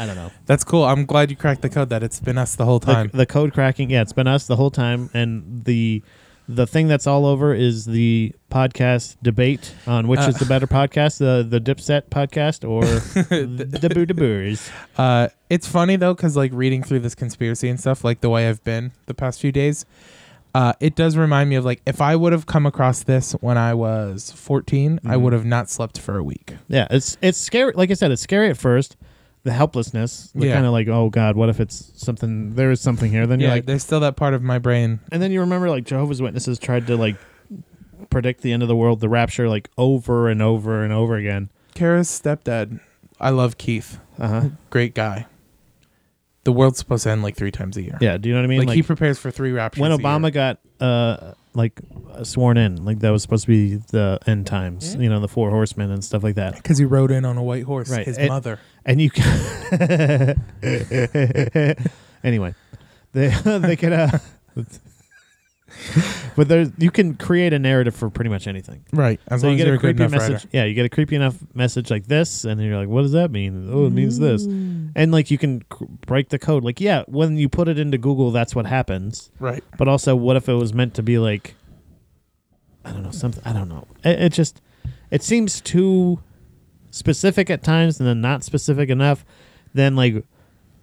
A: don't know.
B: That's cool. I'm glad you cracked the code that it's been us the whole
A: The,
B: time.
A: the code cracking. Yeah, it's been us the whole time, and the. The thing that's all over is the podcast debate on
B: Uh,
A: which is the better podcast, the the Dipset podcast or the, the Buddha Boys.
B: Uh, it's funny though, because like reading through this conspiracy and stuff, like the way I've been the past few days, uh, it does remind me of like if I would have come across this when I was 14,
A: Mm-hmm.
B: I would have not slept for a week.
A: Yeah, it's it's scary. Like I said, it's scary at first. the helplessness, the
B: Yeah.
A: kind of like, oh God, what if it's something? There is something here. Then you're
B: yeah,
A: like,
B: there's still that part of my brain.
A: and then you remember like Jehovah's Witnesses tried to like predict the end of the world, the rapture, like over and over and over again.
B: Kara's stepdad. I love Keith.
A: Uh huh.
B: Great guy. The world's supposed to end like three times a year.
A: Yeah. Do you know what I mean?
B: Like, he prepares for three raptures.
A: when
B: a year.
A: Obama got uh like sworn in, like that was supposed to be the end times, you know, the four horsemen and stuff like that.
B: Because he rode in on a white horse,
A: Right.
B: his
A: It-
B: mother.
A: And you anyway, they they can. Uh, but there's you can create a narrative for pretty much anything.
B: Right. As
A: so
B: long
A: you
B: as
A: get
B: you're
A: a
B: a good
A: creepy
B: enough
A: message.
B: rider.
A: Yeah, you get a creepy enough message like this, and then you're like, "What does that mean? Oh, it means this."
B: Mm.
A: And like you can c- break the code. Like, yeah, when you put it into Google, that's what happens.
B: Right.
A: But also, what if it was meant to be like, I don't know, something. I don't know. It, it just it seems too specific at times, and then not specific enough. Then like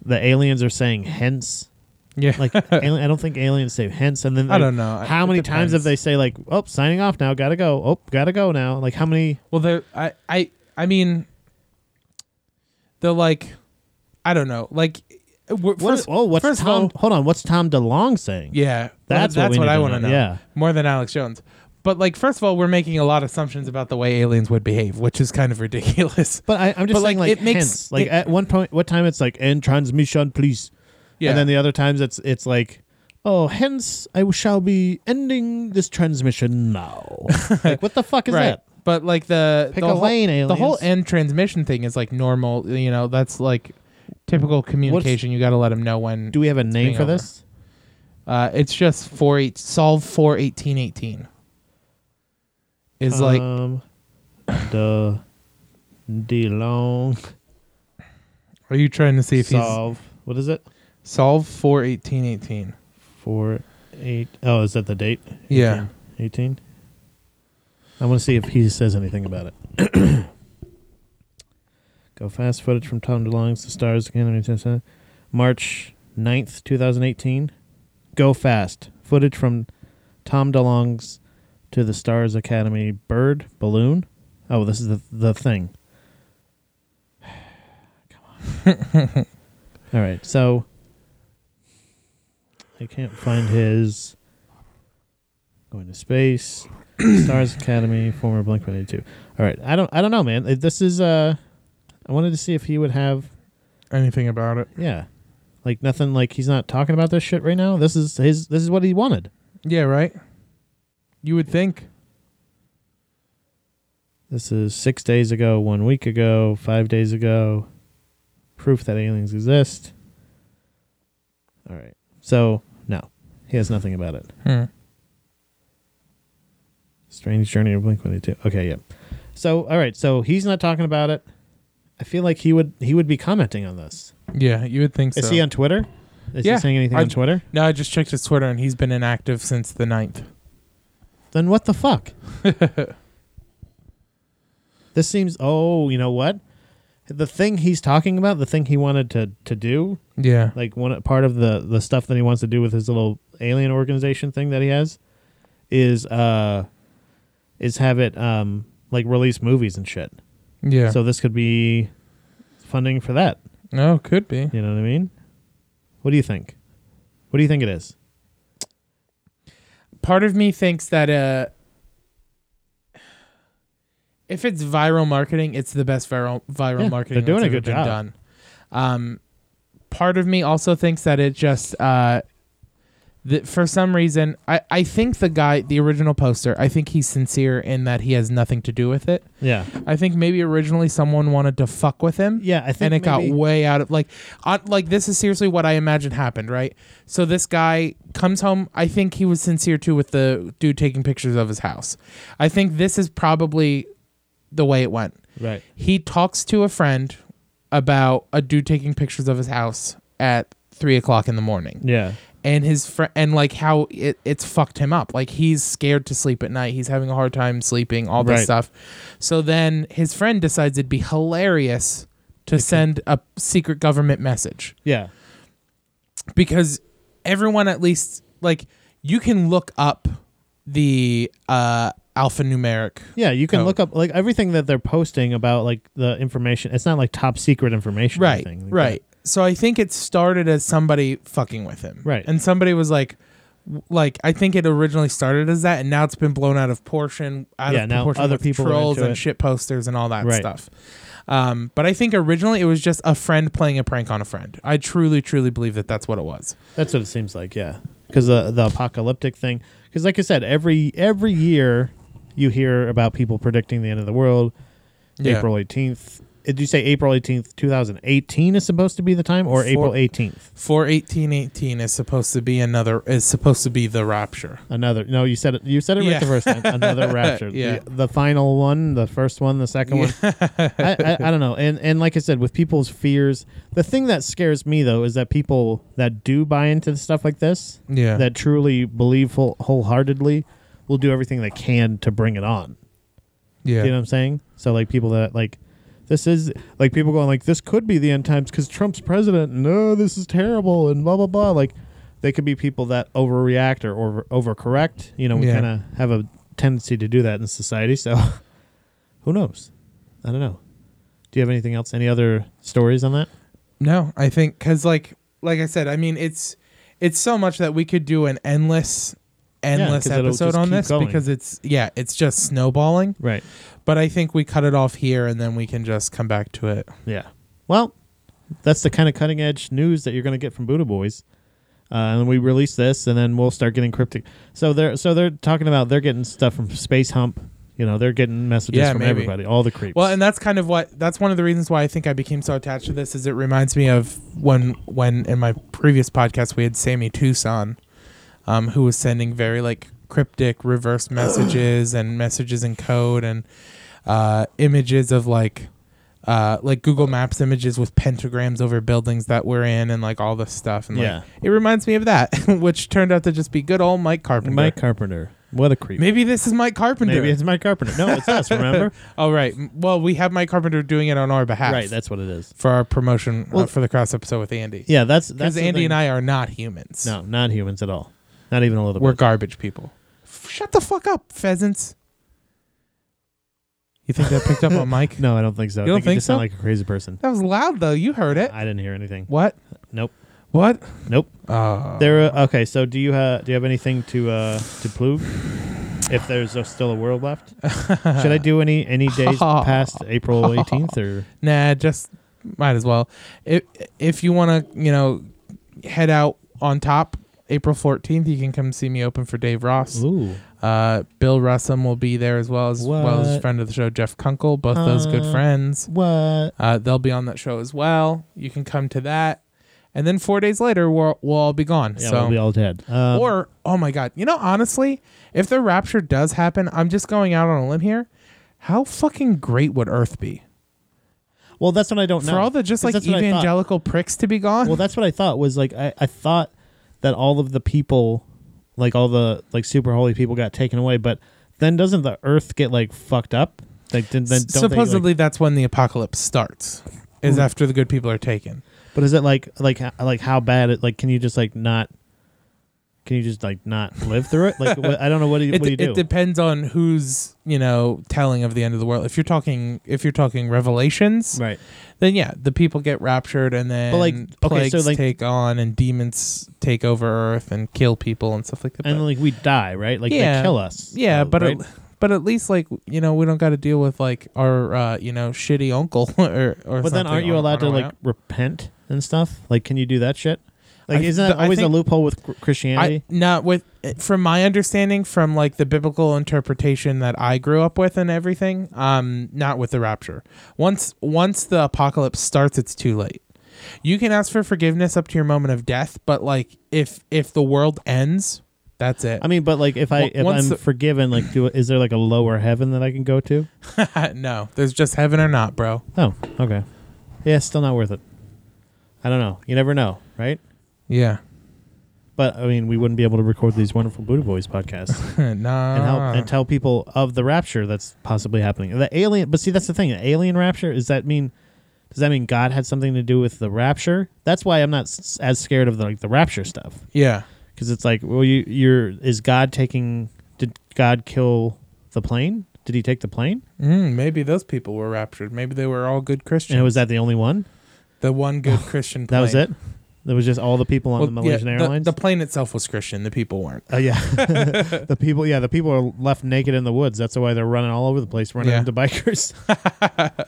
A: the aliens are saying hence.
B: Yeah.
A: Like alien, I don't think aliens say hence, and then
B: I
A: like,
B: don't know.
A: how
B: It
A: many times
B: depends.
A: have they say like, "Oh, signing off now, gotta go." Oh, gotta go now. Like how many?
B: Well, they're I I I mean, they're like, I don't know, like. uh, w-
A: What,
B: First,
A: oh, what's
B: first of
A: Tom?
B: all-
A: hold on, what's Tom DeLong saying?
B: yeah,
A: That's what
B: that's
A: we
B: what
A: need
B: I
A: to
B: want to
A: know,
B: know.
A: yeah.
B: more than Alex Jones. But like, first of all, we're making a lot of assumptions about the way aliens would behave, which is kind of ridiculous.
A: But I, I'm just
B: But,
A: saying,
B: like,
A: like,
B: it makes-
A: hence. like
B: it-
A: at one point, what time it's like end transmission, please.
B: Yeah.
A: And then the other times it's it's like, oh, hence I shall be ending this transmission now. like what the fuck is that?
B: But like the
A: Pick
B: the
A: a
B: whole,
A: lane,
B: the whole
A: aliens.
B: end transmission thing is like normal. You know, that's like typical communication. you got to let them know when.
A: Do we have a name
B: being
A: for
B: over.
A: this?
B: Uh, it's just four eight solve four eighteen eighteen. Is like
A: um, the DeLong
B: Are you trying to see if
A: solve. What is it?
B: he's solve for eighteen eighteen?
A: Four eight. Oh, is that the date?
B: Yeah.
A: 18? I want to see if he says anything about it. Go fast footage from Tom DeLong's The Stars again. I mean, it's, uh, March 9th, 2018. Go fast. Footage from Tom DeLong's To the Stars Academy Bird Balloon. Oh, this is the, the thing. Come on. All right. So I can't find his going to space stars academy former blink 182 all right i don't i don't know man Uh, this is uh i wanted to see if he would have
B: Anything about it?
A: yeah like nothing like he's not talking about this shit right now this is his this is what he wanted
B: Yeah, right. You would think.
A: this is six days ago one week ago five days ago proof that aliens exist all right so no he has nothing about it
B: Hmm.
A: Strange Journey of Blink One Eighty Two. Okay, yeah. So, all right. So he's not talking about it. I feel like he would he would be commenting on this.
B: Yeah, you would think
A: Is
B: so.
A: he on Twitter? Is
B: Yeah,
A: he saying anything
B: I-
A: on Twitter?
B: no, I just checked his Twitter and he's been inactive since the 9th.
A: Then what the fuck? this seems. Oh, you know what? The thing he's talking about, the thing he wanted to to do,
B: Yeah.
A: like one part of the the stuff that he wants to do with his little alien organization thing that he has, is uh, is have it um like release movies and shit.
B: Yeah.
A: So this could be funding for that.
B: no, could be.
A: You know what I mean? What do you think? What do you think it is?
B: Part of me thinks that uh if it's viral marketing, it's the best viral viral
A: Yeah,
B: marketing
A: they're doing
B: that's ever
A: a good
B: been
A: job.
B: done. Um part of me also thinks that it just uh that for some reason I, I think the guy the original poster i think he's sincere in that he has nothing to do with it
A: Yeah.
B: i think maybe originally someone wanted to fuck with him
A: Yeah, I think
B: and it got
A: maybe-
B: way out of like on, like this is seriously what i imagine happened right so this guy comes home i think he was sincere too with the dude taking pictures of his house i think this is probably the way it went
A: Right.
B: he talks to a friend about a dude taking pictures of his house at three o'clock in the morning
A: Yeah.
B: and his friend and like how it, it's fucked him up like he's scared to sleep at night he's having a hard time sleeping all this
A: Right.
B: stuff so then his friend decides it'd be hilarious to send a secret government message
A: Yeah.
B: because everyone at least like you can look up the uh alphanumeric.
A: Yeah, you can
B: Code.
A: look up like everything that they're posting about like the information. It's not like top secret information. or
B: Right.
A: anything like
B: right. So I think it started as somebody fucking with him.
A: Right.
B: And somebody was like w- like I think it originally started as that and now it's been blown out of portion out
A: Yeah,
B: of
A: now
B: proportion
A: other
B: with
A: people are
B: trolls
A: into
B: and
A: it.
B: shit posters and all that
A: Right.
B: stuff. Um, but I think originally it was just a friend playing a prank on a friend. I truly truly believe that that's what it was.
A: that. That's what it seems like. Yeah, because the the apocalyptic thing. Because like I said, every every year you hear about people predicting the end of the world.
B: Yeah.
A: April eighteenth. Did you say April eighteenth, two thousand eighteen is supposed to be the time, or
B: Four-
A: April eighteenth?
B: For eighteen eighteen is supposed to be another is supposed to be the rapture.
A: Another. No, you said it. You said it
B: Yeah.
A: right the first time. Another rapture.
B: Yeah.
A: The, the final one, the first one, the second one. I, I, I don't know. And and like I said, with people's fears, the thing that scares me though is that people that do buy into stuff like this,
B: Yeah.
A: that truly believe full, wholeheartedly, will do everything they can to bring it on.
B: Yeah.
A: You know what I'm saying? So like people that like this is like people going like this could be the end times because Trump's president. No, this is terrible and blah blah blah. Like they could be people that overreact or over overcorrect. You know, we
B: Yeah.
A: kind of have a tendency to do that in society. So who knows? I don't know. Do you have anything else? Any other stories on that?
B: No, I think because like like I said, I mean it's it's so much that we could do an endless endless
A: 'cause it'll
B: episode
A: just
B: on
A: keep
B: this
A: going.
B: because it's yeah it's just snowballing.
A: Right.
B: But I think we cut it off here and then we can just come back to it.
A: Yeah. Well, that's the kind of cutting edge news that you're going to get from Buddha Boys. Uh, and we release this, and then we'll start getting cryptic. So they're so they're talking about they're getting stuff from Space Hump. You know, they're getting messages
B: Yeah,
A: from
B: maybe.
A: everybody, all the creeps.
B: Well, and that's kind of what that's one of the reasons why I think I became so attached to this is it reminds me of when when in my previous podcast we had Sammy Tucson, um, who was sending very like cryptic reverse messages and messages in code and uh, images of like uh, like Google Maps images with pentagrams over buildings that we're in and like all this stuff and like,
A: Yeah.
B: it reminds me of that, which turned out to just be good old Mike Carpenter.
A: Mike Carpenter, what a creep.
B: Maybe this is Mike Carpenter.
A: Maybe it's Mike Carpenter. No, it's us. Remember?
B: Oh right. M- Well, we have Mike Carpenter doing it on our behalf.
A: right. That's what it is.
B: for our promotion uh,
A: Well-
B: for the cross episode with Andy.
A: Yeah, that's that's
B: because
A: the
B: Andy
A: thing.
B: and I are not humans.
A: No, not humans at all. Not even a little
B: we're
A: bit.
B: garbage people. F- Shut the fuck up, pheasants. You think that picked up on Mike?
A: No, I don't think so.
B: You don't
A: I think,
B: think
A: you just sound
B: so?
A: like a crazy person.
B: That was loud though. You heard it.
A: I didn't hear anything.
B: What?
A: Nope.
B: What?
A: Nope.
B: Uh,
A: There. Uh, okay. So do you have do you have anything to uh, to prove? If there's a, still a world left, should I do any any days past April 18th or
B: Nah, just might as well. If if you want to, you know, head out on top April 14th, you can come see me open for Dave Ross.
A: ooh
B: Uh, Bill Russum will be there as well as well as
A: What?
B: friend of the show Jeff Kunkel. Both those good
A: Uh,
B: friends.
A: what?
B: Uh, they'll be on that show as well. You can come to that, and then four days later we'll we'll all be gone.
A: Yeah,
B: so
A: we'll be all dead. Um,
B: or oh my god, you know honestly, if the rapture does happen, I'm just going out on a limb here. How fucking great would Earth be
A: well, that's what I don't know.
B: for all the just
A: 'Cause
B: like
A: that's what I thought.
B: evangelical pricks to be gone?
A: Well, that's what I thought was like I, I thought that all of the people, like all the like super holy people, got taken away. But then doesn't the Earth get like fucked up? Like then, then
B: S-
A: don't they, like-
B: supposedly that's when the apocalypse starts, is after the good people are taken.
A: But is it like like h- like how bad? It, like can you just like not? Can you just like not live through it? Like what, I don't know what do you,
B: It,
A: what do you
B: it
A: do?
B: depends on who's you know telling of the end of the world. If you're talking if you're talking revelations,
A: right.
B: then yeah, the people get raptured and then
A: But, like, okay,
B: plagues
A: so, like-
B: take on and demons take over Earth and kill people and stuff like that.
A: And
B: but-
A: like we die, right? Like
B: Yeah.
A: they kill us.
B: yeah,
A: uh,
B: but
A: right?
B: at, but at least like you know we don't got to deal with like our uh, you know shitty uncle or or.
A: but then aren't you allowed to like repent and stuff? Like can you do that shit? Like
B: I-
A: isn't
B: th-
A: that
B: I
A: always a
B: think-
A: loophole with cr-
B: I,
A: Christianity?
B: not with from my understanding from like the biblical interpretation that I grew up with and everything um not with the rapture once once the apocalypse starts it's too late you can ask for forgiveness up to your moment of death but like if if the world ends that's it
A: I, mean, but like if I
B: Well,
A: if
B: once
A: I'm
B: the-
A: forgiven, like do is there like a lower heaven that I can go to?
B: no there's just heaven or not bro
A: Oh, okay. Yeah, still not worth it. I don't know. You never know, right?
B: yeah
A: But I mean, we wouldn't be able to record these wonderful Buddha Boys podcasts.
B: nah
A: and help and tell people of the rapture that's possibly happening. The alien, but see, that's the thing. The alien rapture is that mean? Does that mean God had something to do with the rapture? That's why I'm not s- as scared of the like the rapture stuff
B: yeah
A: because it's like, well, you you're is God taking? Did God kill The plane? Did he take the plane?
B: Mm, maybe those people were raptured. Maybe they were all good Christians.
A: And was that the only one?
B: the one good Christian.
A: That
B: Plane.
A: was it. That was just all the people on
B: Well,
A: the
B: yeah,
A: Malaysian
B: the-
A: Airlines.
B: The, plane itself was Christian. The people weren't.
A: Oh yeah, the people. Yeah, the people are left naked in the woods. That's why they're running all over the place, running
B: Yeah.
A: into bikers.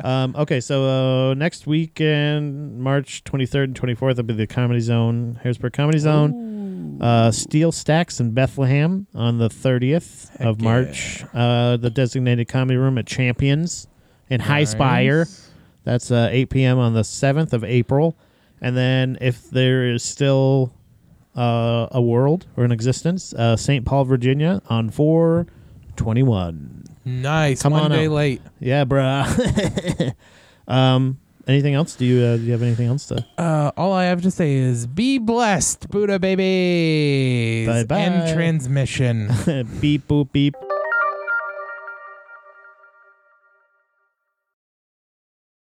A: um, okay, so uh, next weekend, March twenty third and twenty fourth, will be the Comedy Zone, Harrisburg Comedy Zone, uh, Steel Stacks in Bethlehem on the thirtieth of
B: yeah.
A: March. Uh, the designated comedy room at Champions in High Spire. That's uh, eight p.m. on the seventh of April, and then if there is still uh, a world or an existence, uh, St. Paul, Virginia, on four twenty-one.
B: Nice.
A: Come
B: one
A: on
B: day
A: out.
B: late.
A: Yeah, bruh. um, anything else? Do you uh, do you have anything else to?
B: Uh, all I have to say is be blessed, Buddha babies.
A: Bye-bye.
B: End transmission.
A: beep boop beep.